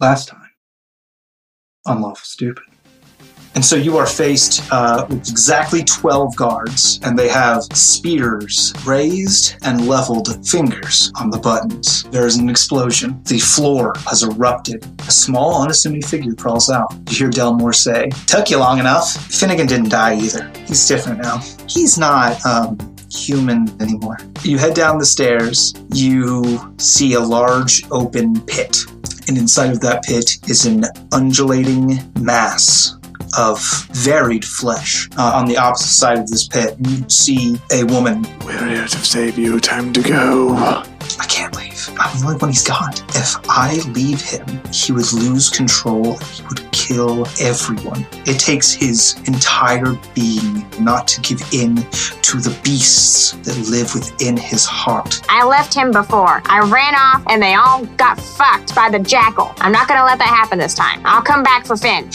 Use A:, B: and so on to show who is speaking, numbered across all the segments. A: last time. Unlawful stupid. And so you are faced uh, with exactly 12 guards, and they have spears, raised and leveled fingers on the buttons. There is an explosion. The floor has erupted. A small, unassuming figure crawls out. You hear Delmore say, Took you long enough. Finnegan didn't die either. He's different now. He's not, um, human anymore. You head down the stairs, you see a large open pit, and inside of that pit is an undulating mass of varied flesh. Uh, on the opposite side of this pit, you see a woman.
B: We're here to save you. Time to go.
A: I can't leave. I'm the only one he's got. If I leave him, he would lose control. He would kill everyone. It takes his entire being not to give in to the beasts that live within his heart.
C: I left him before. I ran off and they all got fucked by the jackal. I'm not gonna let that happen this time. I'll come back for Finn.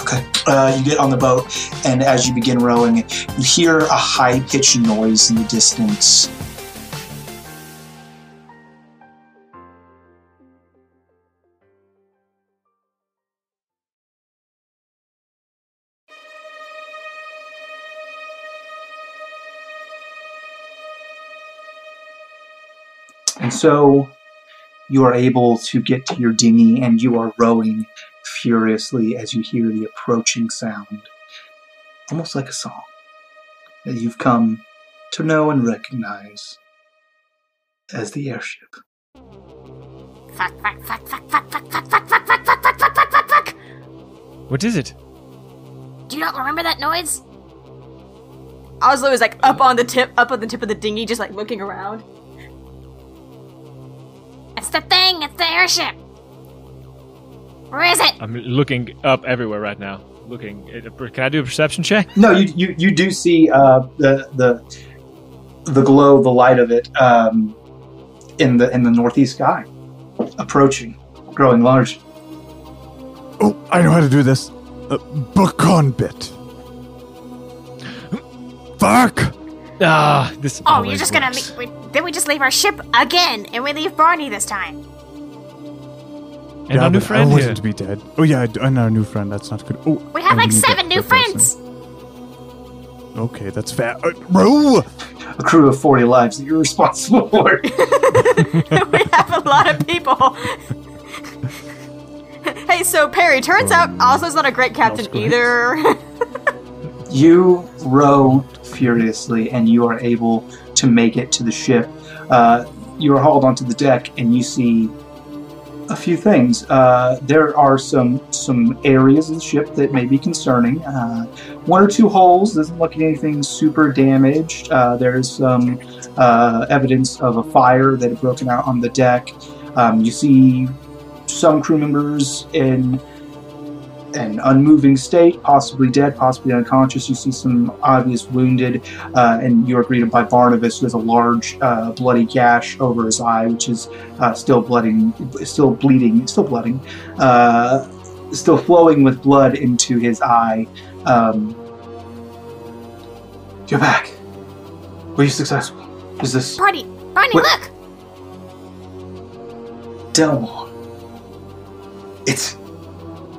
A: Okay. Uh, you get on the boat, and as you begin rowing, you hear a high pitched noise in the distance. And so you are able to get to your dinghy and you are rowing furiously as you hear the approaching sound, almost like a song that you've come to know and recognize as the airship.
C: Fuck, fuck, fuck, fuck, fuck, fuck, fuck, fuck, fuck, fuck, fuck, fuck, fuck, fuck, fuck, fuck.
D: What is it?
C: Do you not remember that noise?
E: Oslo is like up on the tip, up on the tip of the dinghy, just like looking around.
C: It's the thing. It's the airship. Where is it?
D: I'm looking up everywhere right now. Looking. Can I do a perception check?
A: No, you you, you do see uh, the the the glow, the light of it um, in the in the northeast sky, approaching, growing large.
B: Oh, I know how to do this. Uh, book on bit. Fuck!
D: Ah, this.
C: Oh,
D: always
C: you're just gonna.
D: works.
C: Le- we, then we just leave our ship again, and we leave Barney this time.
D: And our new
B: but
D: friend
B: I
D: here.
B: wanted to be dead. Oh yeah, I d- and our new friend. That's not good. Oh,
C: We have
B: I
C: like
B: need
C: seven
B: that
C: new
B: person.
C: friends.
B: Okay, that's fair. Uh,
A: A
B: row.
A: crew of forty lives that you're responsible for.
E: we have a lot of people. hey, so Perry, turns out Oslo's not a great captain
D: Oslo is.
E: either.
A: You row furiously, and you are able to make it to the ship. Uh, you are hauled onto the deck, and you see a few things. Uh, there are some some areas of the ship that may be concerning. Uh, one or two holes doesn't look like anything super damaged. Uh, there's some uh, evidence of a fire that had broken out on the deck. Um, you see some crew members in an unmoving state, possibly dead, possibly unconscious. You see some obvious wounded, uh, and you are greeted by Barnabas, who has a large uh, bloody gash over his eye, which is uh, still blooding, still bleeding, still blooding, uh, still flowing with blood into his eye. Um, you're back. Were you successful? Is this
C: Barney, Barney,
A: What-
C: look.
A: Delmore? It's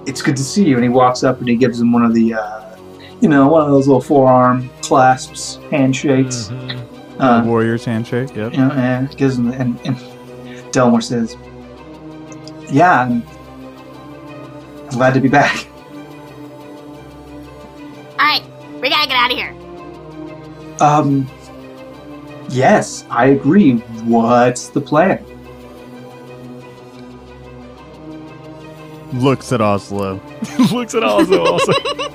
A: it's good to see you. And he walks up and he gives him one of the, uh, you know, one of those little forearm clasps, handshakes.
D: Mhm.
A: Uh,
B: Warrior's handshake. Yep.
A: you know, and gives him, and, and Delmore says, "Yeah, I'm glad to be back."
C: All right, we gotta get out of here.
A: Um, yes, I agree. What's the plan?
B: Looks at Oslo.
D: Looks at Oslo. Also.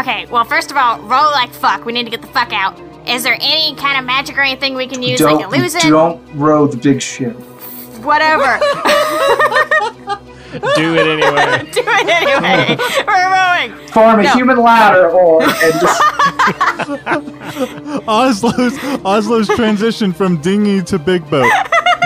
C: Okay, well, first of all, roll like fuck. We need to get the fuck out. Is there any kind of magic or anything we can use,
A: don't
C: like a losing?
A: don't row the big ship.
E: Whatever.
D: do it anyway.
E: Do it anyway. We're rowing.
A: Farm a
E: No.
A: human ladder, or and just,
B: Oslo's Oslo's transition from dinghy to big boat.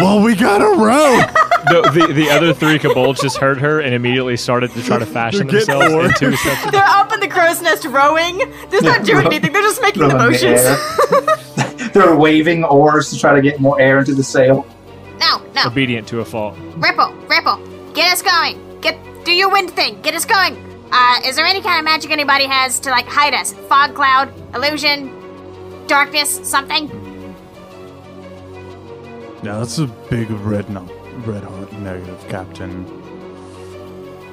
B: Well, we got a row.
D: No, the, the other three kobolds just heard her and immediately started to try to fashion
B: They're getting
D: themselves
B: bored.
D: into something.
E: They're up in the crow's nest rowing. They're not doing anything. They're just making
A: throw
E: the
A: in the
E: motions.
A: air. They're waving oars to try to get more air into the sail.
C: No, no.
D: Obedient to a fault.
C: Ripple, ripple. Get us going. Get do your wind thing. Get us going. Uh, is there any kind of magic anybody has to like hide us? Fog cloud, illusion, darkness, something?
B: Now that's a big red no, red hot negative, Captain.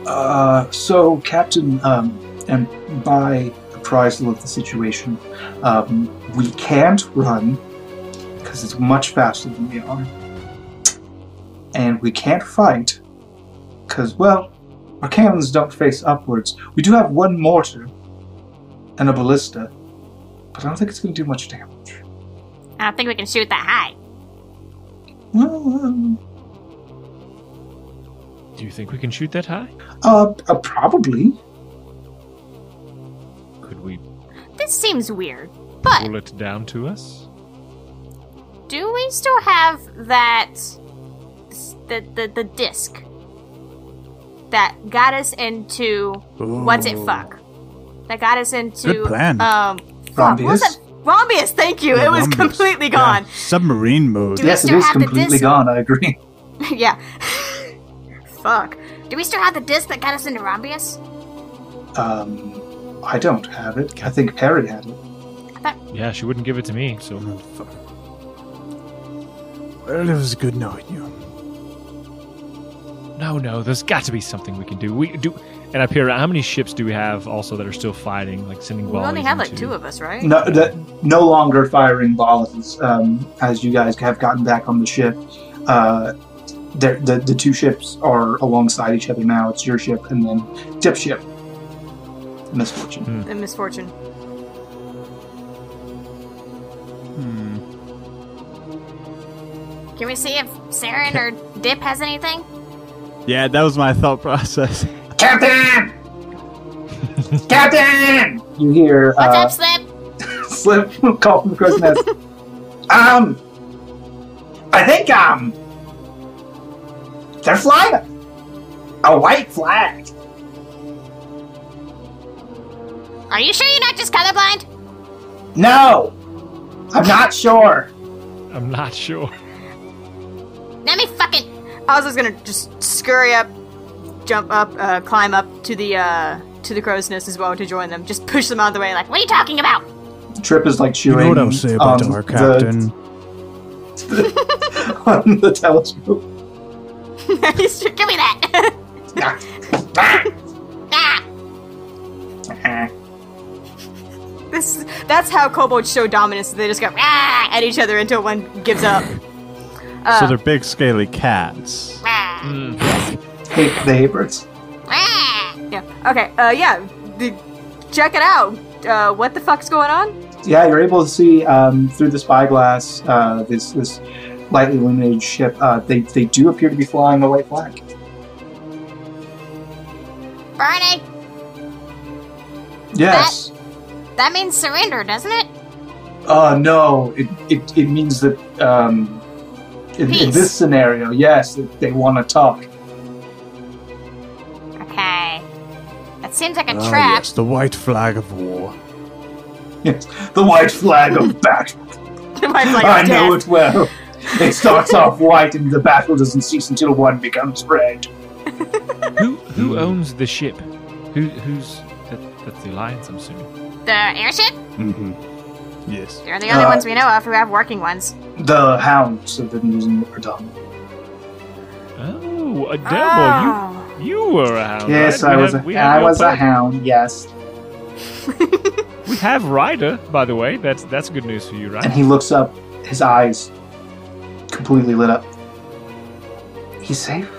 A: Uh, so, Captain, um, and by appraisal of the situation, um, we can't run because it's much faster than we are, and we can't fight because, well, our cannons don't face upwards. We do have one mortar and a ballista, but I don't think it's going to do much damage.
C: I don't think we can shoot that high.
A: Well, um,
D: Do you think we can shoot that high?
A: uh, uh, probably.
D: Could we
C: This seems weird. But
D: pull it down to us?
C: do we still have that the the, the disc that got us into what's it
B: Ooh.
C: fuck? That got us into
B: Good plan.
C: um fuck, what was
A: Rombius?
C: it? Rombius, thank you.
B: Yeah,
C: it was
B: Rumbus.
E: completely
B: Oh, Yeah,
E: gone.
B: Submarine mode.
C: Do we
A: yes, it
C: still
A: is
C: have the
A: completely
C: disc?
A: gone. I agree.
E: yeah.
C: Fuck. Do we still have the disc that got us into Rombius?
A: Um, I don't have it. I think Perry had it.
D: Yeah, she wouldn't give it to me, so
B: Motherfucker. Well, it was good knowing you.
D: No, no, there's got to be something we can do. We do and I peer around how many ships do we have also that are still fighting, like sending
E: We
D: volleys?
E: only have like
D: into-
E: two of us, right?
A: No, that no longer firing volleys. Um, as you guys have gotten back on the ship, uh, the, the the two ships are alongside each other now. It's your ship and then Dip ship. Misfortune.
B: Mm.
E: The misfortune.
B: Hmm.
C: Can we see if Saren or Dip has anything?
B: Yeah, that was my thought process.
A: Captain, Captain. You hear
C: What's
A: uh,
C: up, Slip?
A: Slip call from across the nest. um, I think um, they're flying a- a white flag.
C: Are you sure you're not just colorblind?
A: No, I'm not sure.
D: I'm not sure.
C: Let me fucking.
E: Ozlo's gonna just scurry up, jump up, uh, climb up to the uh, to the crow's nest as well to join them. Just push them out of the way, like
C: What are you talking about?
A: Trip is like
B: You
A: chewing.
B: know what I'll say about
A: um,
B: our captain.
A: The, on the telescope.
E: he's
C: Give me that. ah,
E: This that's how kobolds show dominance. They just go "Ah," at each other until one gives up.
B: so they're big, scaly cats.
C: ah,
A: Hate the Haberts.
C: ah.
E: Yeah. Okay. Uh, yeah. The, check it out. Uh, what the fuck's going on?
A: Yeah, you're able to see um, through the spyglass uh, this this lightly illuminated ship. Uh, they they do appear to be flying a white flag.
C: Bernie,
A: Yes.
C: that means surrender, doesn't it?
A: Uh, no, it, it, it means that um, in, in
C: Peace.
A: this scenario, yes, that they want to talk.
C: Okay. That seems
A: Oh,
C: like a
B: Ah,
C: trap.
B: yes, the white flag of war.
A: Yes, the white flag of battle.
E: My flag
A: I
E: of
A: know
E: death.
A: it well. It starts off white, and the battle doesn't cease until one becomes red. Hmm.
D: who who owns the ship? Who who's that, that's the alliance? I'm assuming.
C: The airship?
B: Mm-hmm. Yes.
C: They're the only
A: Uh,
C: ones we know of who have working ones.
A: The hounds have been using it predominantly.
D: Oh, Adele,
E: Oh.
D: you you were a hound.
A: Yes,
D: right?
A: I
D: We
A: was.
D: had- we
A: a,
D: had
A: I
D: no
A: was a
D: plan.
A: hound. Yes.
D: We have Ryder, by the way. That's that's good news for you,
A: And
D: right?
A: he looks up, his eyes completely lit up. He's safe.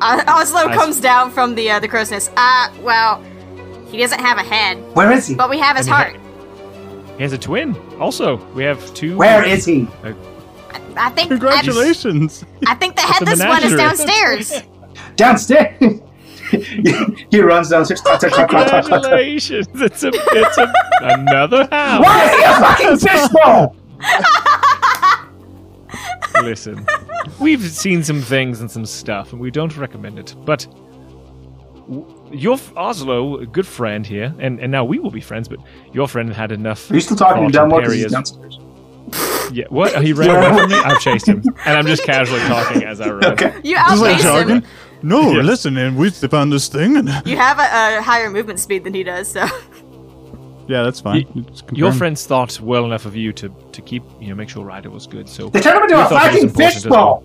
E: Uh, Oslo
D: I-
E: comes down from the uh, the crow's nest. Uh,
C: Well, he doesn't have a head,
A: Where is he?
C: but we have his
D: And he
C: heart.
D: ha- He has a twin. Also, we have two.
A: Where is he?
C: I think
B: Congratulations.
C: I, I think the
D: It's a
C: headless one is
D: menagerie.
C: downstairs.
A: Downstairs. he runs downstairs. Clack, clack, clack, clack, clack, clack, clack.
D: Congratulations! It's a it's a, another hound.
A: Why is he a fucking fishbowl?
D: Listen, we've seen some things and some stuff, and we don't recommend it. But w- your f- Oslo, a good friend here, and, and now we will be friends. But your friend had enough.
A: Are you still talking to
D: thought and
A: Dunlop? 'Cause
D: Perry
A: he's
D: as-
A: downstairs.
D: Yeah, what? He ran away from me? I've chased him. And I'm just casually talking as I run.
A: Okay.
E: You
B: Just like
E: outpace him.
B: jogging. No,
D: Yeah.
B: listen, and we found this thing, and
E: You have a, a higher movement speed than he does, so
B: yeah, that's fine. It's
D: Your
B: confirmed.
D: friends thought well enough of you to, to keep, you know, make sure Ryder was good. So
A: They turned him into
D: We
A: a
D: thought it was
A: fucking
D: important as
A: fishbowl.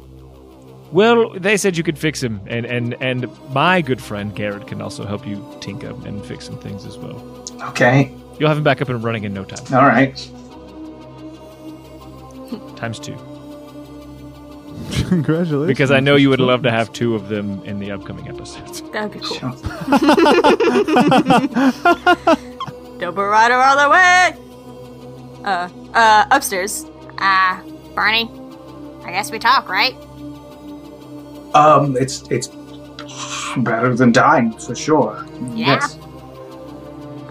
D: Well, they said you could fix him, and and and my good friend Garrett can also help you tinker and fix some things as well.
A: Okay.
D: You'll have him back up and running in no time.
A: All right.
D: Times two,
B: Congratulations.
D: because I know you would love to have two of them in the upcoming episodes.
E: that would be cool.
A: Sure.
E: Double rider all the way. Uh, uh, upstairs.
C: Ah, Barney. I guess we talk, right?
A: Um, it's it's better than dying for sure.
C: Yeah.
A: Yes.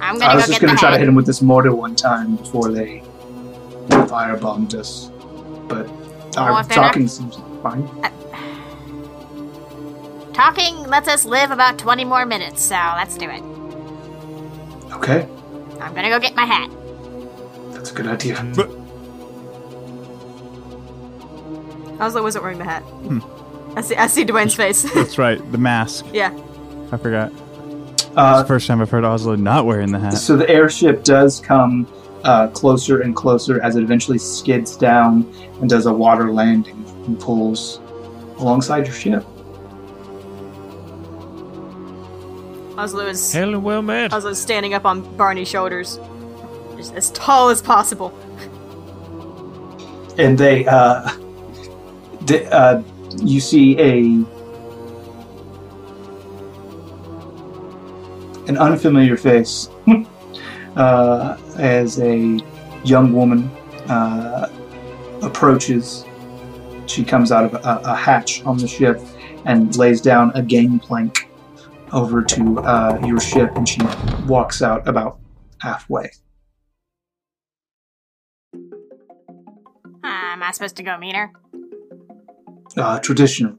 C: I'm gonna
A: I was just
C: go get
A: gonna
C: the
A: try to
C: head.
A: hit him with this mortar one time before they firebombed us, but our
C: if they're not-
A: talking seems fine.
C: Talking lets us live about 20 more minutes, so let's do it.
A: Okay,
C: I'm gonna go get my hat.
A: that's a good idea.
E: Oslo wasn't wearing the hat. I see. I see Dwayne's face.
B: That's right, the mask.
E: yeah.
B: I forgot. It's
A: Uh,
B: the first time I've heard Oslo not wearing the hat.
A: So the airship does come uh, closer and closer as it eventually skids down and does a water landing and pulls alongside your ship.
E: Oslo is.
D: Hell and well met.
E: Oslo's standing up on Barney's shoulders, just as tall as possible.
A: And they, uh, d- uh, you see a an unfamiliar face uh, as a young woman uh, approaches. She comes out of a, a hatch on the ship and lays down a gangplank over to uh, your ship, and she walks out about halfway.
C: Ah, am I supposed to go meet her?
A: Uh, traditional.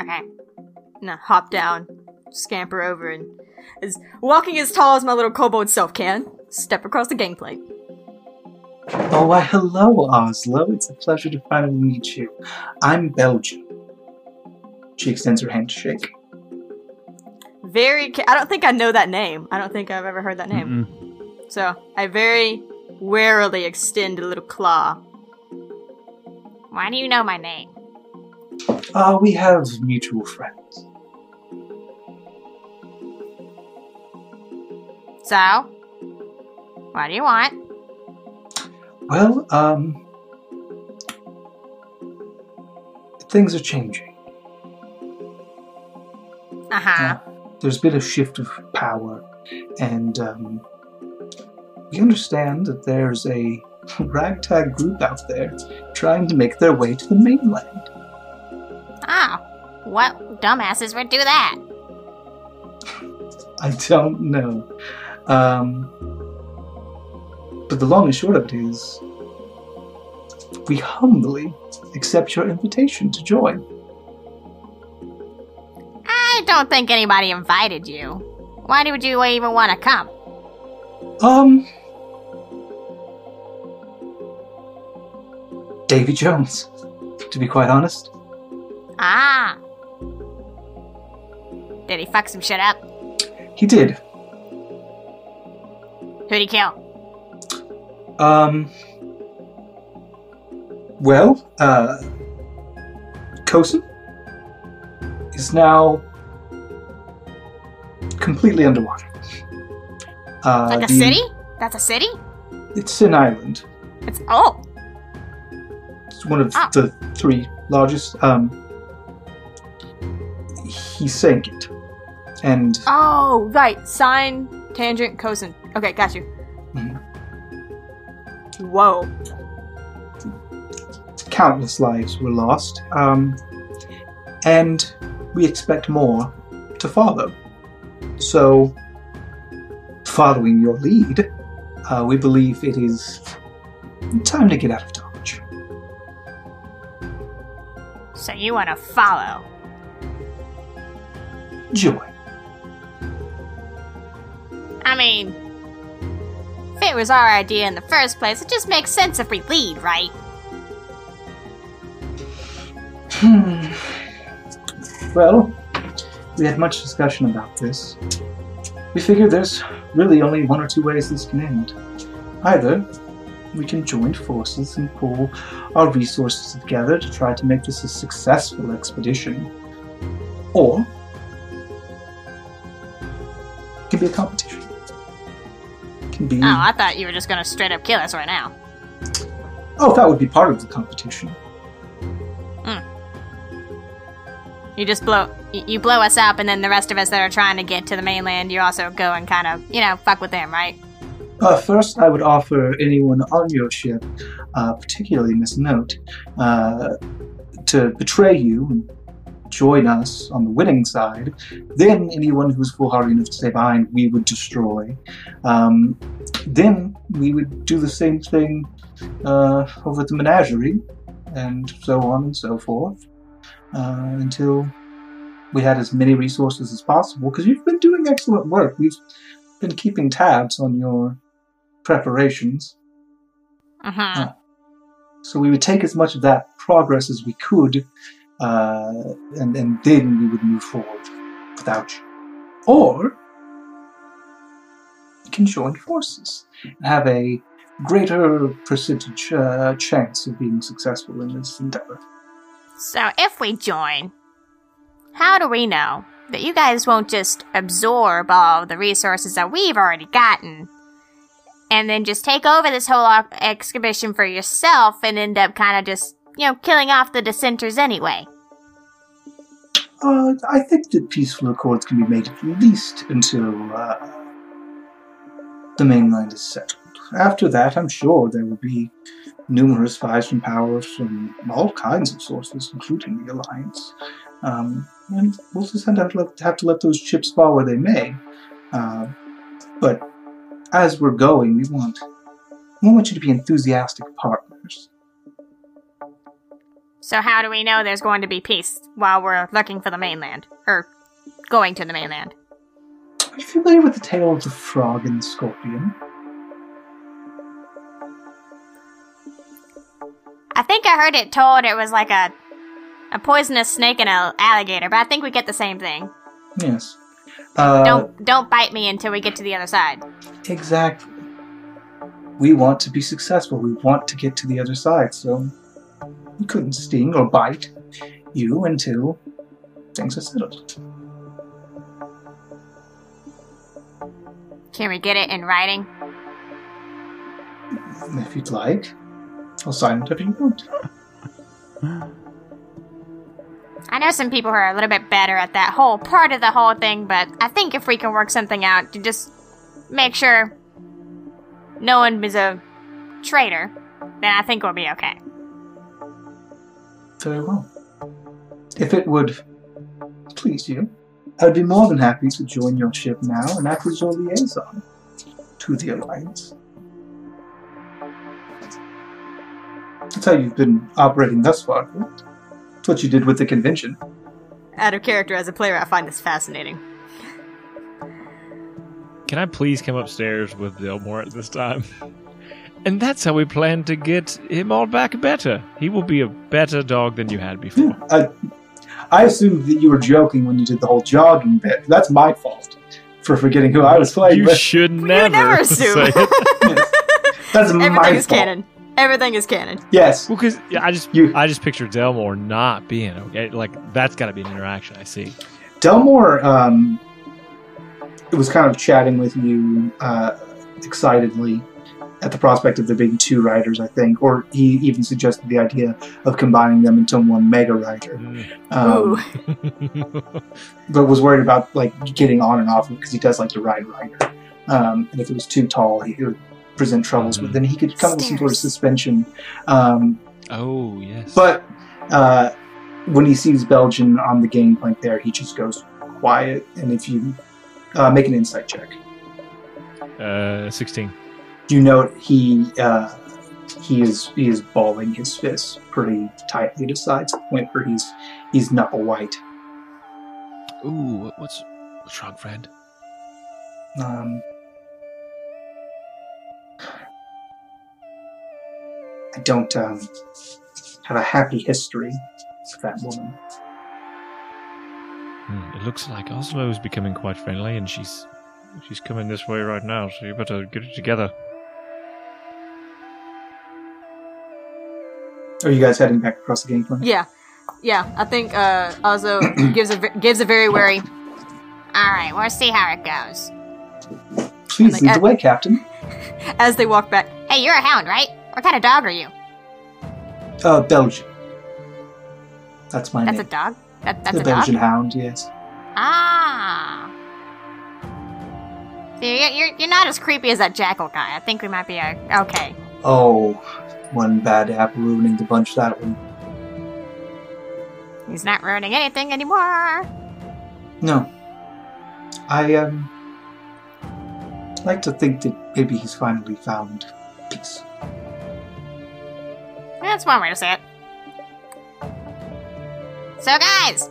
C: Okay.
E: And I hop down, scamper over, and is walking as tall as my little kobold self can. Step across the gangplank.
A: Oh, why, hello, Oslo. It's a pleasure to finally meet you. I'm Belgium. She extends her hand to shake.
E: Very. Ca- I don't think I know that name. I don't think I've ever heard that name.
B: Mm-mm.
E: So I very warily extend a little claw.
C: Why do you know my name?
A: Ah, we have mutual friends.
C: So? What do you want?
A: Well, um, things are changing.
C: Uh huh.
A: There's been a shift of power, and um, we understand that there's a ragtag group out there trying to make their way to the mainland.
C: Oh. What dumbasses would do that?
A: I don't know. Um, but the long and short of it is, we humbly accept your invitation to join.
C: I don't think anybody invited you. Why would you even want to come?
A: Um, Davy Jones, to be quite honest.
C: Ah. Did he fuck some shit up?
A: He did.
C: Who'd he kill?
A: Um, well, uh, Kosen is now completely underwater. Uh,
C: Like a
A: the-
C: city? That's a city?
A: It's an island.
C: It's. Oh!
A: It's one of
C: Ah.
A: the three largest. Um, he sank it, and
E: Oh, right. Sine, tangent, cosine. Okay, got you. Whoa.
A: countless lives were lost. Um, and we expect more to follow. So, following your lead, uh, we believe it is time to get out of Dodge.
C: So you want to follow?
A: Joy.
C: I mean, if it was our idea in the first place, it just makes sense if we lead, right?
A: Hmm. Well, we had much discussion about this. We figure there's really only one or two ways this can end. Either we can join forces and pool our resources together to try to make this a successful expedition, or it can be a competition. It can be.
C: Oh, I thought you were just gonna straight up kill us right now.
A: oh, that would be part of the competition.
C: You just blow, y- you blow us up, and then the rest of us that are trying to get to the mainland, you also go and kind of, you know, fuck with them, right?
A: Uh, first, I would offer anyone on your ship, uh, particularly Miss Note, uh, to betray you and join us on the winning side. Then, anyone who's foolhardy enough to stay behind, we would destroy. Um, then, we would do the same thing uh, over at the menagerie, and so on and so forth, uh, until we had as many resources as possible. Because you've been doing excellent work. We've been keeping tabs on your preparations.
C: Mm-hmm.
A: So we would take as much of that progress as we could, uh, and, and then we would move forward without you. Or you can join forces and have a greater percentage uh, chance of being successful in this endeavor.
C: So if we join, how do we know that you guys won't just absorb all the resources that we've already gotten and then just take over this whole op- exhibition for yourself and end up kind of just, you know, killing off the dissenters anyway?
A: Uh, I think that peaceful accords can be made at least until uh, the mainland is settled. After that, I'm sure there will be numerous buys from power from all kinds of sources, including the Alliance. Um, and we'll just have to, let, have to let those chips fall where they may. Uh, but as we're going, we want we want you to be enthusiastic partners.
C: So how do we know there's going to be peace while we're looking for the mainland? Or going to the mainland?
A: Are you familiar with the tale of the frog and the scorpion?
C: I think I heard it told it was like a a poisonous snake and a alligator, but I think we get the same thing.
A: Yes. Uh,
C: don't don't bite me until we get to the other side.
A: Exactly. We want to be successful. We want to get to the other side, so we couldn't sting or bite you until things are settled.
C: Can we get it in writing?
A: If you'd like, I'll sign it if you want.
C: I know some people who are a little bit better at that whole part of the whole thing, but I think if we can work something out to just make sure no one is a traitor, then I think we'll be okay.
A: Very well. If it would please you, I'd be more than happy to join your ship now and act as your liaison to the Alliance. That's how you've been operating thus far, correct? That's what you did with the convention.
E: Out of character as a player, I find this fascinating.
D: Can I please come upstairs with Delmore at this time? And that's how we plan to get him all back better. He will be a better dog than you had before.
A: I, I assumed that you were joking when you did the whole jogging bit. That's my fault for forgetting who I was playing
D: you
A: with.
D: should never,
E: never assume.
D: say it.
A: Yes. That's my
E: Everything is
A: fault.
E: canon. Everything is canon.
A: Yes.
D: Well, because I just
A: You-
D: I just picture Delmore not being okay. Like that's got to be an interaction. I see.
A: Delmore um, was kind of chatting with you uh, excitedly at the prospect of there being two riders, I think, or he even suggested the idea of combining them into one mega rider.
D: Mm.
A: Um,
E: Ooh.
A: but was worried about like getting on and off because he does like to ride rider. Um, and if it was too tall, he it would present troubles. But then he could come up with some sort of
C: Stairs.
A: suspension. Um,
D: oh yes.
A: but uh, when he sees Belgian on the gangplank there, he just goes quiet. And if you uh, make an insight check,
D: uh, sixteen.
A: you note he uh, he is he is balling his fists pretty tightly to sides to the point where he's he's knuckle white.
D: Ooh, what- what's what's wrong, friend?
A: Um, I don't um, have a happy history It's that woman.
D: Hmm, It looks like Oslo is becoming quite friendly, and she's she's coming this way right now. So you better get it together.
A: Are you guys heading back across the gangplank?
E: Yeah, yeah. I think uh, Azo gives a ve- gives a very wary.
C: All right, we'll see how it goes.
A: Please
E: Like,
A: lead
E: I-
A: the way, Captain.
E: As they walk back,
C: Hey, you're a hound, right? What kind of dog are you?
A: Uh, Belgian. That's my
C: That's a
A: name.
C: dog. That, that's
A: the
C: a dog.
A: Belgian Hound, yes.
C: Ah. So you're, you're, you're not as creepy as that jackal guy. I think we might be uh, okay.
A: Oh, one bad apple ruining the bunch, that one.
C: He's not ruining anything anymore.
A: No. I, um, like to think that maybe he's finally found peace.
C: That's one way to say it. So, guys,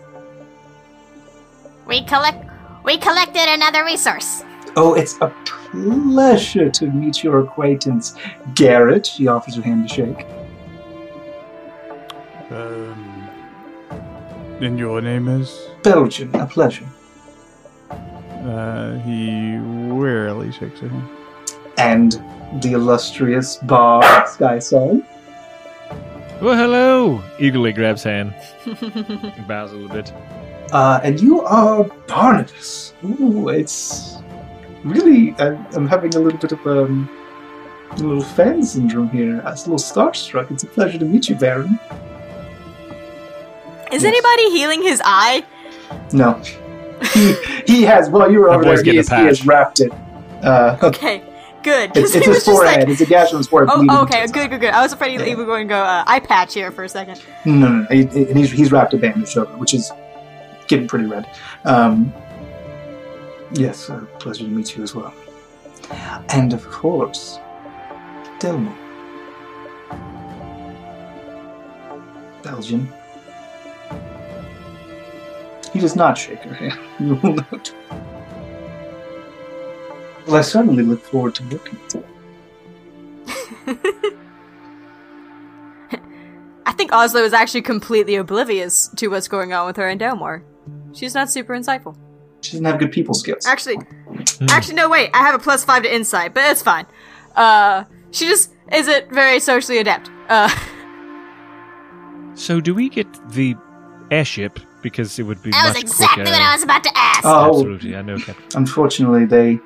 C: we collect we collected another resource.
A: Oh, it's a pleasure to meet your acquaintance, Garrett. She offers her hand to shake.
B: Um, and your name is?
A: Belgian, a pleasure.
B: Uh, he rarely shakes her hand.
A: And the illustrious Bob Sky Song.
D: Well, Oh, hello! Eagerly grabs hand, and bows a little bit.
A: Uh, and you are Barnabas. Ooh, it's really. I'm, I'm having a little bit of um, a little fan syndrome here. I was a little starstruck. It's a pleasure to meet you, Baron. Yes.
E: is anybody healing his eye?
A: No, he, he has. While you were
D: That
A: over
D: boy's
A: there, he
D: getting a
A: has, he has
D: patch.
A: wrapped it. Uh,
E: Okay, good. 'cause
A: it's it's
E: he
A: his
E: was just
A: forehead.
E: like-
A: it's a gash on his forehead.
E: Oh,
A: bleeding into
E: okay,
A: his
E: good, good, good. I was afraid he
A: Yeah.
E: he was going to go uh, eye patch here for a second.
A: No, no, no. He, he- and he's, he's wrapped a bandage over, it, which is getting pretty red. Um, yes, uh, pleasure to meet you as well. And of course, Delmo. Belgian. He does not shake her hand, you will note. Well, I certainly look forward to working with you.
E: I think Oslo is actually completely oblivious to what's going on with her in Delmore. She's not super insightful.
A: She doesn't have good people skills.
E: Actually,
C: Hmm.
E: actually, no, wait. I have a plus five to insight, but it's fine. Uh, she just isn't very socially adept. Uh,
D: So, do we get the airship because it would be
C: That was
D: much
C: exactly
D: quicker?
C: what I was about to
D: Uh,
C: ask.
A: Oh.
D: Absolutely, I know, Captain.
A: Unfortunately, they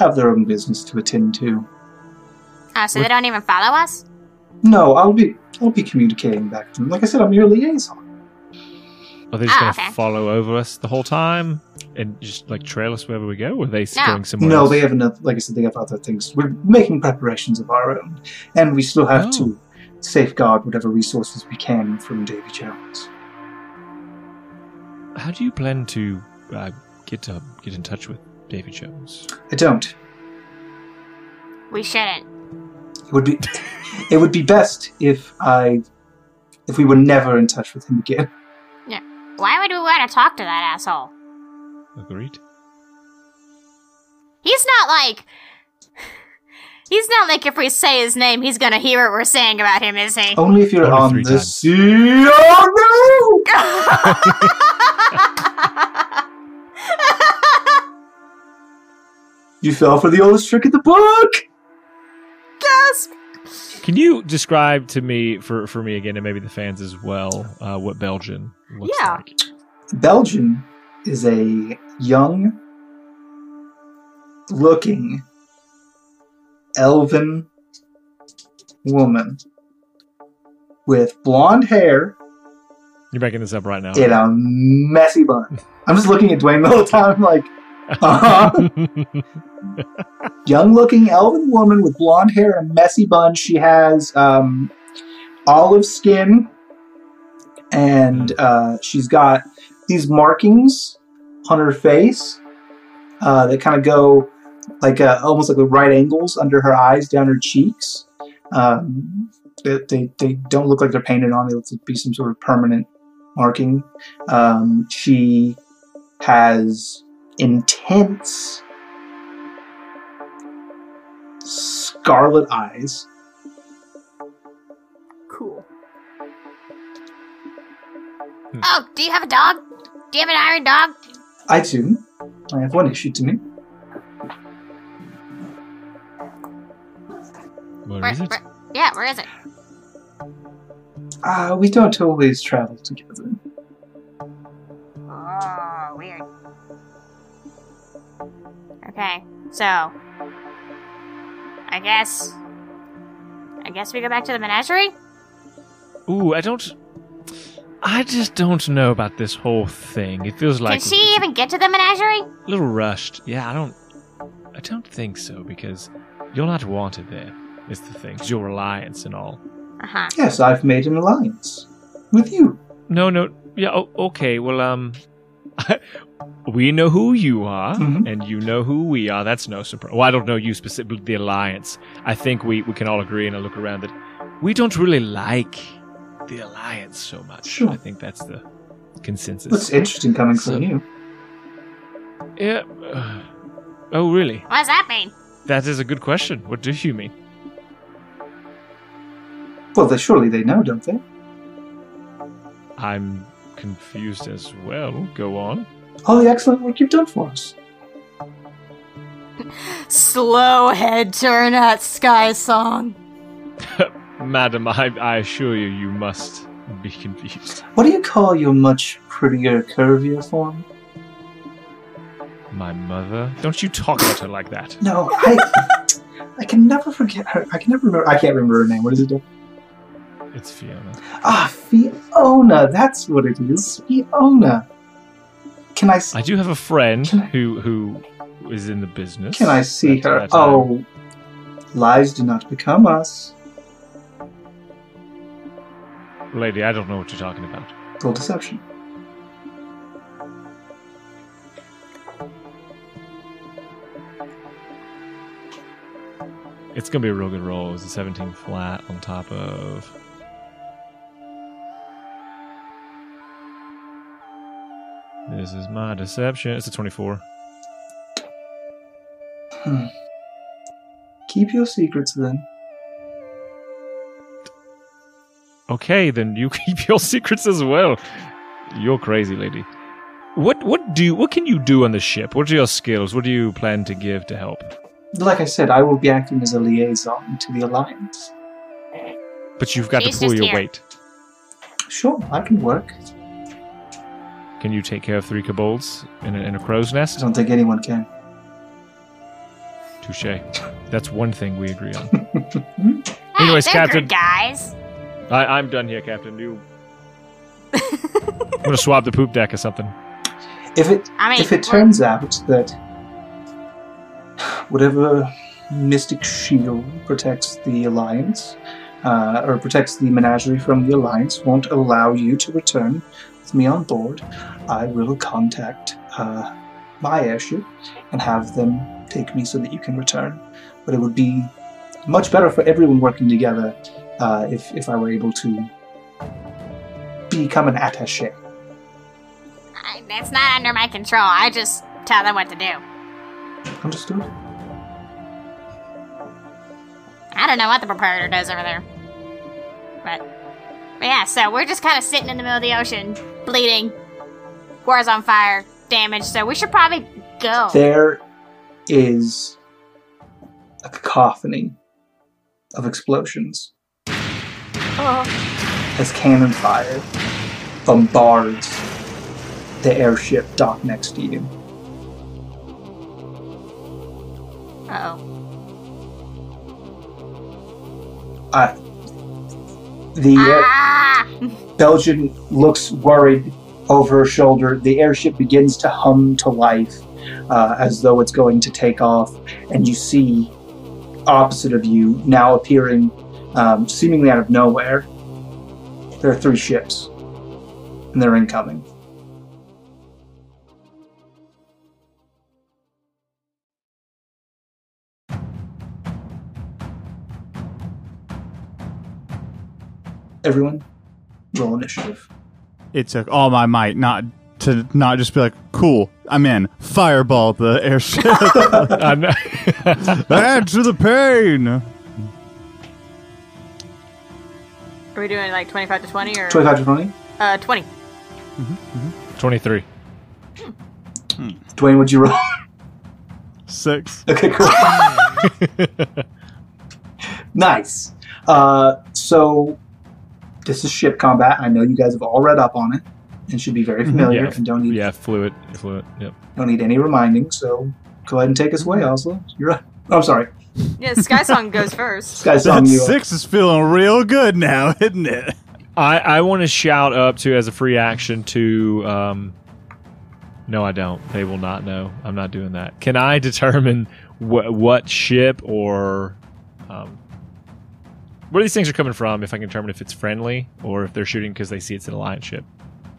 A: have their own business to attend to.
C: Oh, so they don't even follow us?
A: No, I'll be I'll be communicating back to them. Like I said, I'm your liaison.
D: Are they just
C: Ah,
D: going to
C: okay.
D: follow over us the whole time and just like trail us wherever we go? Or are they
C: No.
D: going somewhere?
A: no,
D: else?
A: they have enough. Like I said, they have other things. We're making preparations of our own, and we still have to
D: Oh.
A: safeguard whatever resources we can from Davy Jones.
D: How do you plan to uh, get uh, get in touch with David Jones?
A: I don't.
C: We shouldn't.
A: It would be it would be best if I if we were never in touch with him again.
C: Why would we want to talk to that asshole?
D: Agreed.
C: He's not like. He's not like if we say his name, he's gonna hear what we're saying about him, is he?
A: Only if you're
D: Only
A: on
D: three
A: the
D: times.
A: sea. Oh no! You fell for the oldest trick in the book.
E: gasp!
D: Can you describe to me for for me again and maybe the fans as well uh, what Belgian looks
E: Yeah.
D: like?
A: Belgian is a young looking elven woman with blonde hair
D: You're making this up right now.
A: in a messy bun. I'm just looking at Dwayne the whole time, like, uh-huh. young looking elven woman with blonde hair and a messy bun. She has um, olive skin and uh, she's got these markings on her face uh, that kind of go like uh, almost like right angles under her eyes, down her cheeks. Um, they, they, they don't look like they're painted on, they look to be some sort of permanent marking. Um, she has intense scarlet eyes.
E: Cool.
C: Oh, do you have a dog? Do you have an iron dog?
A: I do. I have one issue to me.
D: What
C: Where-
D: is it?
C: where- yeah, where is it?
A: Uh, we don't always travel together.
C: Oh, weird. Okay, so I guess I guess we go back to the menagerie.
D: Ooh, I don't. I just don't know about this whole thing. It feels like
C: Can she even get to the menagerie?
D: a little rushed. Yeah, I don't. I don't think so because you're not wanted there. Is the thing 'cause your reliance and all.
C: Uh huh.
A: Yes, I've made an alliance with you.
D: No, no. Yeah. o okay. Well, um, we know who you are,
A: Mhm.
D: and you know who we are. That's no surprise. Well, I don't know you specifically. The alliance. I think we we can all agree and a look around that we don't really like the alliance so much.
A: Sure.
D: I think that's the consensus.
A: That's interesting coming
D: So-
A: from you.
D: Yeah. oh, really?
C: What does that mean?
D: That is a good question. What do you mean?
A: Well, they surely they know, don't they?
D: I'm confused as well. Go on.
A: All the excellent work you've done for us.
E: Slow head turn at Sky Song.
D: Madam, I, I assure you, you must be confused.
A: What do you call your much prettier, curvier form?
D: My mother? Don't you talk about her like that.
A: No, I, I can never forget her. I can never remember. I can't remember her name. What is it?
D: It's Fiona.
A: Ah, Fiona. That's what it is. Fiona. Can I? s-
D: I do have a friend
A: Can I-
D: who who is in the business.
A: Can I see
D: at
A: her?
D: that time.
A: Oh, lies do not become us.
D: lady, I don't know what you're talking about.
A: Roll deception.
D: It's gonna be a real good roll. It's a 17 flat on top of. This is my deception. It's a 24.
A: Hmm. Keep your secrets then.
D: Okay, then you keep your secrets as well. You're crazy, lady. What what do what can you do on the ship? What are your skills? What do you plan to give to help?
A: Like I said, I will be acting as a liaison to the Alliance.
D: But you've got
C: She's
D: to pull
C: just
D: your
C: here.
D: weight.
A: Sure, I can work.
D: Can you take care of three kobolds in a, in a crow's
A: I
D: nest?
A: don't think anyone can.
D: Touche. That's one thing we agree on.
C: Hey,
D: Anyways,
C: they're
D: Captain-
C: good guys.
D: I, I'm done here, Captain. You. I'm gonna swab the poop deck or something.
A: If it
C: I mean,
A: if it
C: we're-
A: turns out that whatever mystic shield protects the alliance uh, or protects the menagerie from the alliance won't allow you to return with me on board i will contact uh, my airship and have them take me so that you can return but it would be much better for everyone working together uh, if, if i were able to become an attache
C: I- that's not under my control. I just tell them what to do.
A: understood
C: I don't know what the proprietor does over there. But, but yeah, so we're just kind of sitting in the middle of the ocean, bleeding. War's on fire, damaged, so we should probably go.
A: there is a cacophony of explosions
E: Oh,
A: as cannon fire bombards the airship docked next to you.
C: oh.
A: Uh, the air-
C: Ah!
A: Belgian looks worried over her shoulder. The airship begins to hum to life uh, as though it's going to take off, and you see opposite of you now appearing um, seemingly out of nowhere. There are three ships, and they're incoming. Everyone, roll initiative.
B: It took all my might not to not just be like, cool, I'm in. Fireball the airship.
D: I'm not-
B: Add to the pain.
E: are we doing like 25 to 20 or
A: 25 to 20?
E: uh 20?
D: Twenty-three.
A: Dwayne, would you roll?
B: Six.
A: Okay, cool. nice. Uh, so, this is ship combat. I know you guys have all read up on it and should be very familiar
D: Yeah.
A: and don't need
D: Mm-hmm. Yeah, fluid, fluid. Yep.
A: don't need any reminding. So, go ahead and take us away, Oslo. You're up. Oh, I'm sorry.
E: Yeah, Sky Song goes first.
A: This guy's on
B: That
A: you.
B: six is feeling real good now, isn't it?
D: I I want to shout up to as a free action to. Um, no, I don't. They will not know. I'm not doing that. Can I determine wh- what ship or um, where these things are coming from? If I can determine if it's friendly or if they're shooting because they see it's an alliance ship,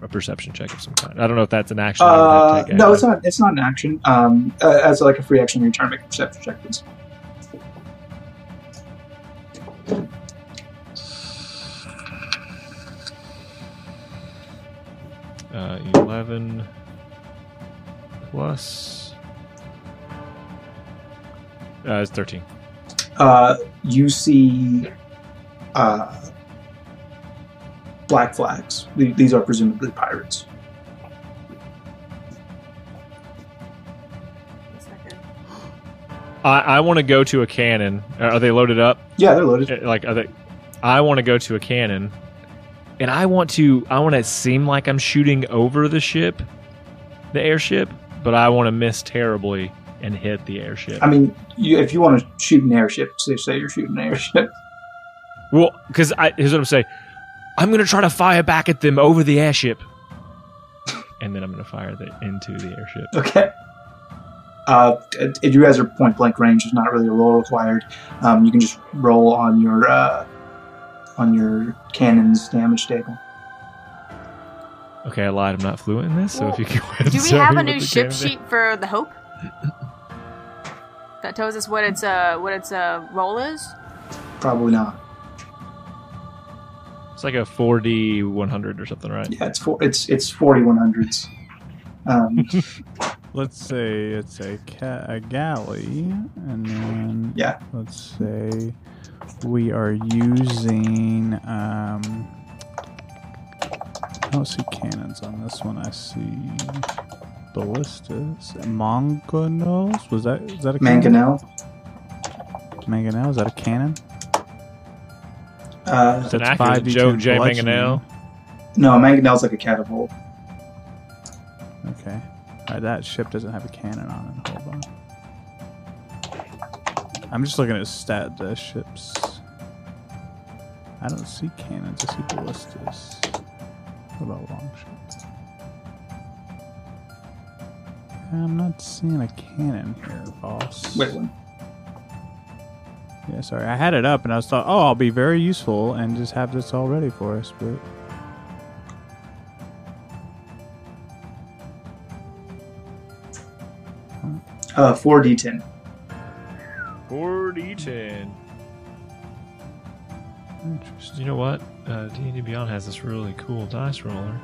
D: a perception check of some kind. I don't know if that's an action. I would
A: Uh,
D: have to take
A: no,
D: out.
A: it's not. It's not an action. Um, uh, as like a free action, you turn to make a perception check. please.
D: Uh, 11 plus. Uh, it's 13.
A: Uh, you see uh, black flags. Th- These are presumably pirates.
D: I, I want to go to a cannon. Are are they loaded up?
A: Yeah, they're loaded.
D: Uh, Like, are they? I want to go to a cannon, and I want to. I want to seem like I'm shooting over the ship, the airship, but I want to miss terribly and hit the airship.
A: I mean, you, if you want to shoot an airship, say, say you're shooting an airship.
D: well, because I here's what I'm saying. I'm gonna try to fire back at them over the airship, and then I'm gonna fire the, into the airship.
A: Okay. Uh, if you guys are point blank range. There's not really a roll required. Um, you can just roll on your uh, on your cannon's damage table.
D: Okay, I lied. I'm not fluent in this, so if you can.
E: Do we have a new ship sheet for the Hope? That tells us what its uh what its uh role is.
A: Probably not.
D: It's like a 4D 100 or something, right?
A: Yeah, it's four. It's it's forty one hundreds. Um,
B: Let's say it's a, ca- a galley, and then
A: Yeah.
B: let's say we are using. Um, I don't see cannons on this one. I see ballistas, mangonels. Was that is that a cannon?
A: mangonel.
B: Mangonel is that a cannon?
A: Uh,
D: It's an
B: That's
D: accurate
B: 5d10
D: joke, Jay
B: bludgeoning.
D: Manganel.
A: no, mangonel's like a catapult.
B: Okay. Alright, that ship doesn't have a cannon on it. Hold on. I'm just looking at stat the ships. I don't see cannons. I see ballistas. What about long shots? I'm not seeing a cannon here, boss.
A: Wait, one.
B: Yeah, sorry. I had it up and I was thought, oh, I'll be very useful and just have this all ready for us, but.
A: Uh, four d ten.
D: 4D10.
B: Interesting.
D: You know what? Uh, D&D Beyond has this really cool dice roller.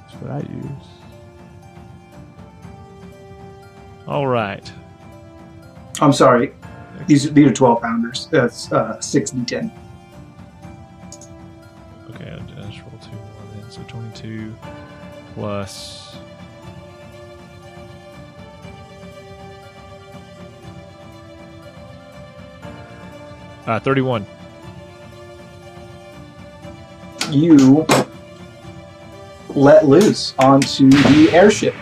B: That's what I use.
D: All right.
A: I'm sorry. These these are twelve pounders. That's uh, six d ten.
D: Okay, I I just roll two more then. So 22 plus. Uh, 31.
A: You let loose onto the airship.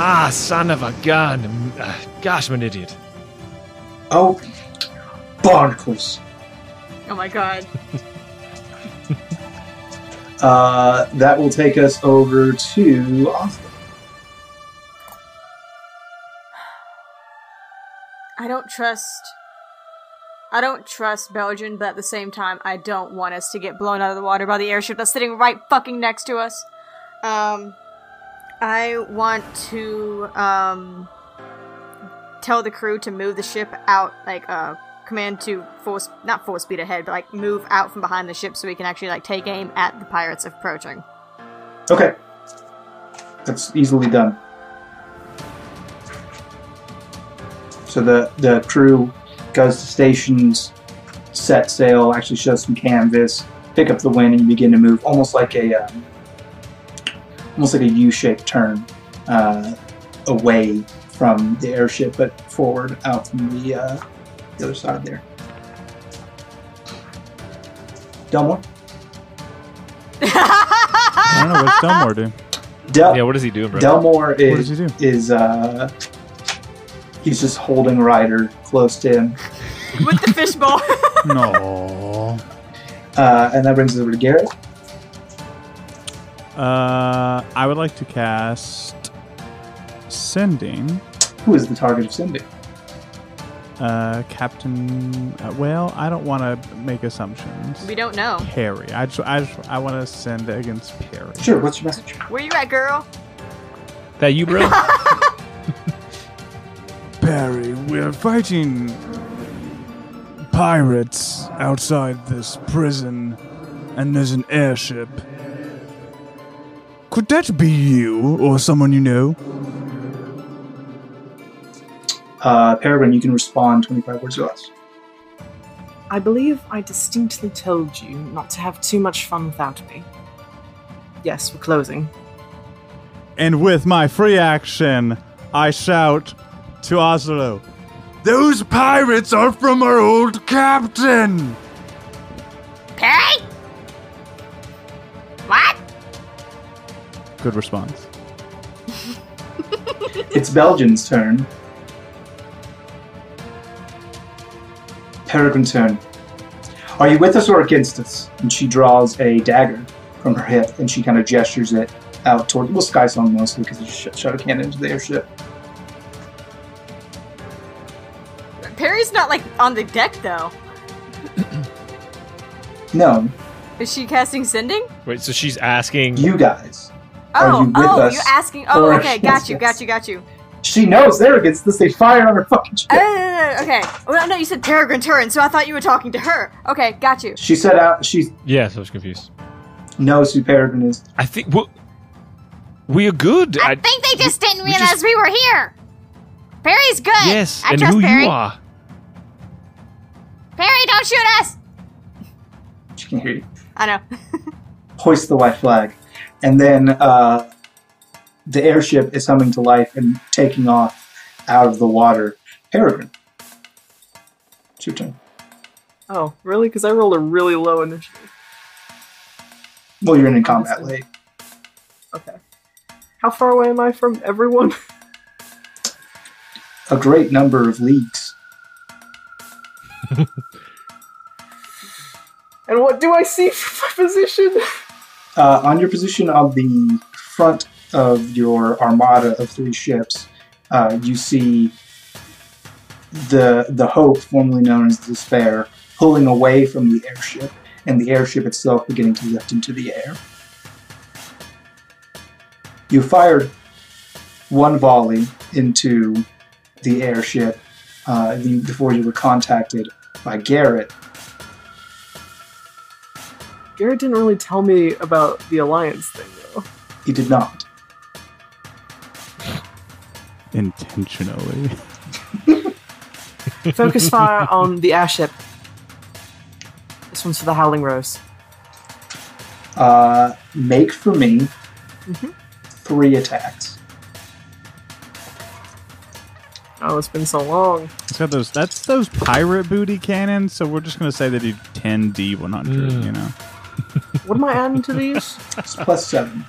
D: Ah, son of a gun. Mm, ah, Gosh, I'm an idiot.
A: Oh, barnacles!
E: Oh my god.
A: Uh, that will take us over to Oslo.
E: I don't trust. I don't trust Belgian, but at the same time, I don't want us to get blown out of the water by the airship that's sitting right fucking next to us. Um, I want to um tell the crew to move the ship out, like uh, command to force not force speed ahead, but like move out from behind the ship so we can actually like take aim at the pirates approaching.
A: Okay, that's easily done. So the the crew goes to stations, set sail, actually shows some canvas, pick up the wind, and begin to move, almost like a um, almost like a U-shaped turn uh, away from the airship, but forward out from the, uh, the other side there. Delmore.
B: I don't know what's Delmore do.
A: Del-
D: Yeah, what does he do, bro?
A: Delmore
B: What does
A: is
B: he do?
A: is uh, he's just holding Ryder close to him,
E: with the fishbowl.
B: No.
A: uh, and that brings us over to Garrett.
B: Uh, I would like to cast sending.
A: Who is the target of sending?
B: Uh, Captain. Uh, well, I don't want to make assumptions.
E: we don't know.
B: Perry. I just, I, just, I want to send against Perry.
A: Sure. What's your message?
E: Where you at, girl?
D: That you, bro?
B: Perry, we're fighting pirates outside this prison, and there's an airship. Could that be you or someone you know?
A: Uh, Peregrine, you can respond 25 words or less.
F: I believe I distinctly told you not to have too much fun without me. Yes, we're closing.
B: And with my free action, I shout to Oslo, Those pirates are from our old captain!
C: Perry? What?
B: Good response.
A: It's Belgian's turn. Peregrine's turn. Are you with us or against us? And she draws a dagger from her hip and she kind of gestures it out toward, well, Sky Song mostly because it's sh- shot a cannon into the airship.
E: Perry's not like on the deck though.
A: No,
E: Is she casting sending?
D: Wait, so she's asking.
A: you guys. Are
E: Oh,
A: you with
E: oh,
A: us
E: you're asking. Oh,
A: or
E: okay, got you,
A: against
E: got you, got you.
A: She knows they're against us. They fire on her fucking ship.
E: Uh, okay. Well, no, you said Peregrine Turin, so I thought you were talking to her. Okay, got you.
A: she set out, she
D: Yeah, so I was confused.
A: knows who Peregrine is.
D: I think. Well, we are good.
C: I, think they just didn't
D: we
C: realize
D: just-
C: we were here. Perry's good.
D: Yes,
C: I
D: and
C: trust
D: who
C: Perry.
D: you are.
C: Perry, don't shoot us.
A: She can hear you.
E: I know.
A: hoist the white flag. And then uh, the airship is coming to life and taking off out of the water. Peregrine. It's your turn.
F: Oh, really? Because I rolled a really low initiative.
A: Well, you're in combat late.
F: Okay. How far away am I from everyone?
A: A great number of leagues.
F: and what do I see from my position?
A: Uh, on your position on the front of your armada of three ships, uh, you see the the Hope, formerly known as Despair, pulling away from the airship, and the airship itself beginning to lift into the air. You fired one volley into the airship uh, the- before you were contacted by Garrett.
F: Garrett didn't really tell me about the alliance thing, though.
A: He did not.
B: Intentionally.
F: Focus fire on the airship. This one's for the Howling Rose.
A: Uh, make for me
F: Mhm.
A: three attacks.
F: Oh, it's been so long.
B: It's got those, that's those pirate booty cannons, so we're just going to say they do 10D 100,
D: Mm.
B: you know?
F: What am I adding to these?
A: It's plus seven.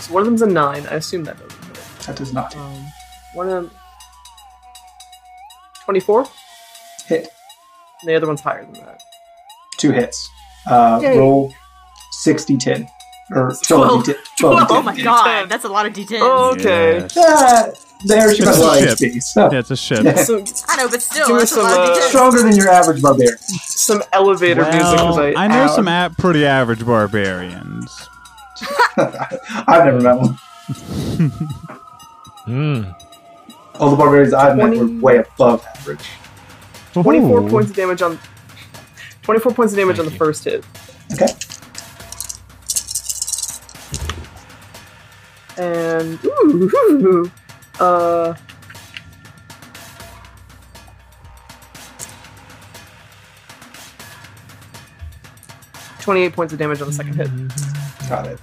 F: So one of them's a nine. I assume that doesn't hit it.
A: That does not
F: Um, one of them. 24? And
A: hit.
F: the other one's higher than that.
A: Two hits. Uh,
F: Yay.
A: roll 60 10. Or 12 d10.
F: Twelve.
A: 12
F: Twelve.
E: Oh
A: d10.
E: my
F: Ten.
E: god, that's a lot of D10s.
B: Oh,
F: Okay.
B: Yes.
A: Ah, there she
B: It's
A: has
B: a
A: a lot of
B: ship.
A: HP. So.
B: Yeah, it's a ship.
F: Some,
E: I know, but
F: Give
E: still,
F: me
E: that's a
F: some,
E: lot of
F: uh,
E: D10s.
A: Stronger than your average barbarian.
F: some elevator music was I. uh,
B: I know
F: Ow.
B: some a- pretty average barbarians.
A: I've never met one.
D: Mm.
A: All the barbarians I've met were
F: Twenty-
A: way above average.
F: 24
B: Ooh.
F: points of damage on 24 points of damage
D: Thank
F: on the
D: you.
F: first hit
A: Okay.
F: and ooh, ooh, ooh, uh
B: Mm-hmm.
F: Twenty-eight points of damage on the second hit.
A: Got it.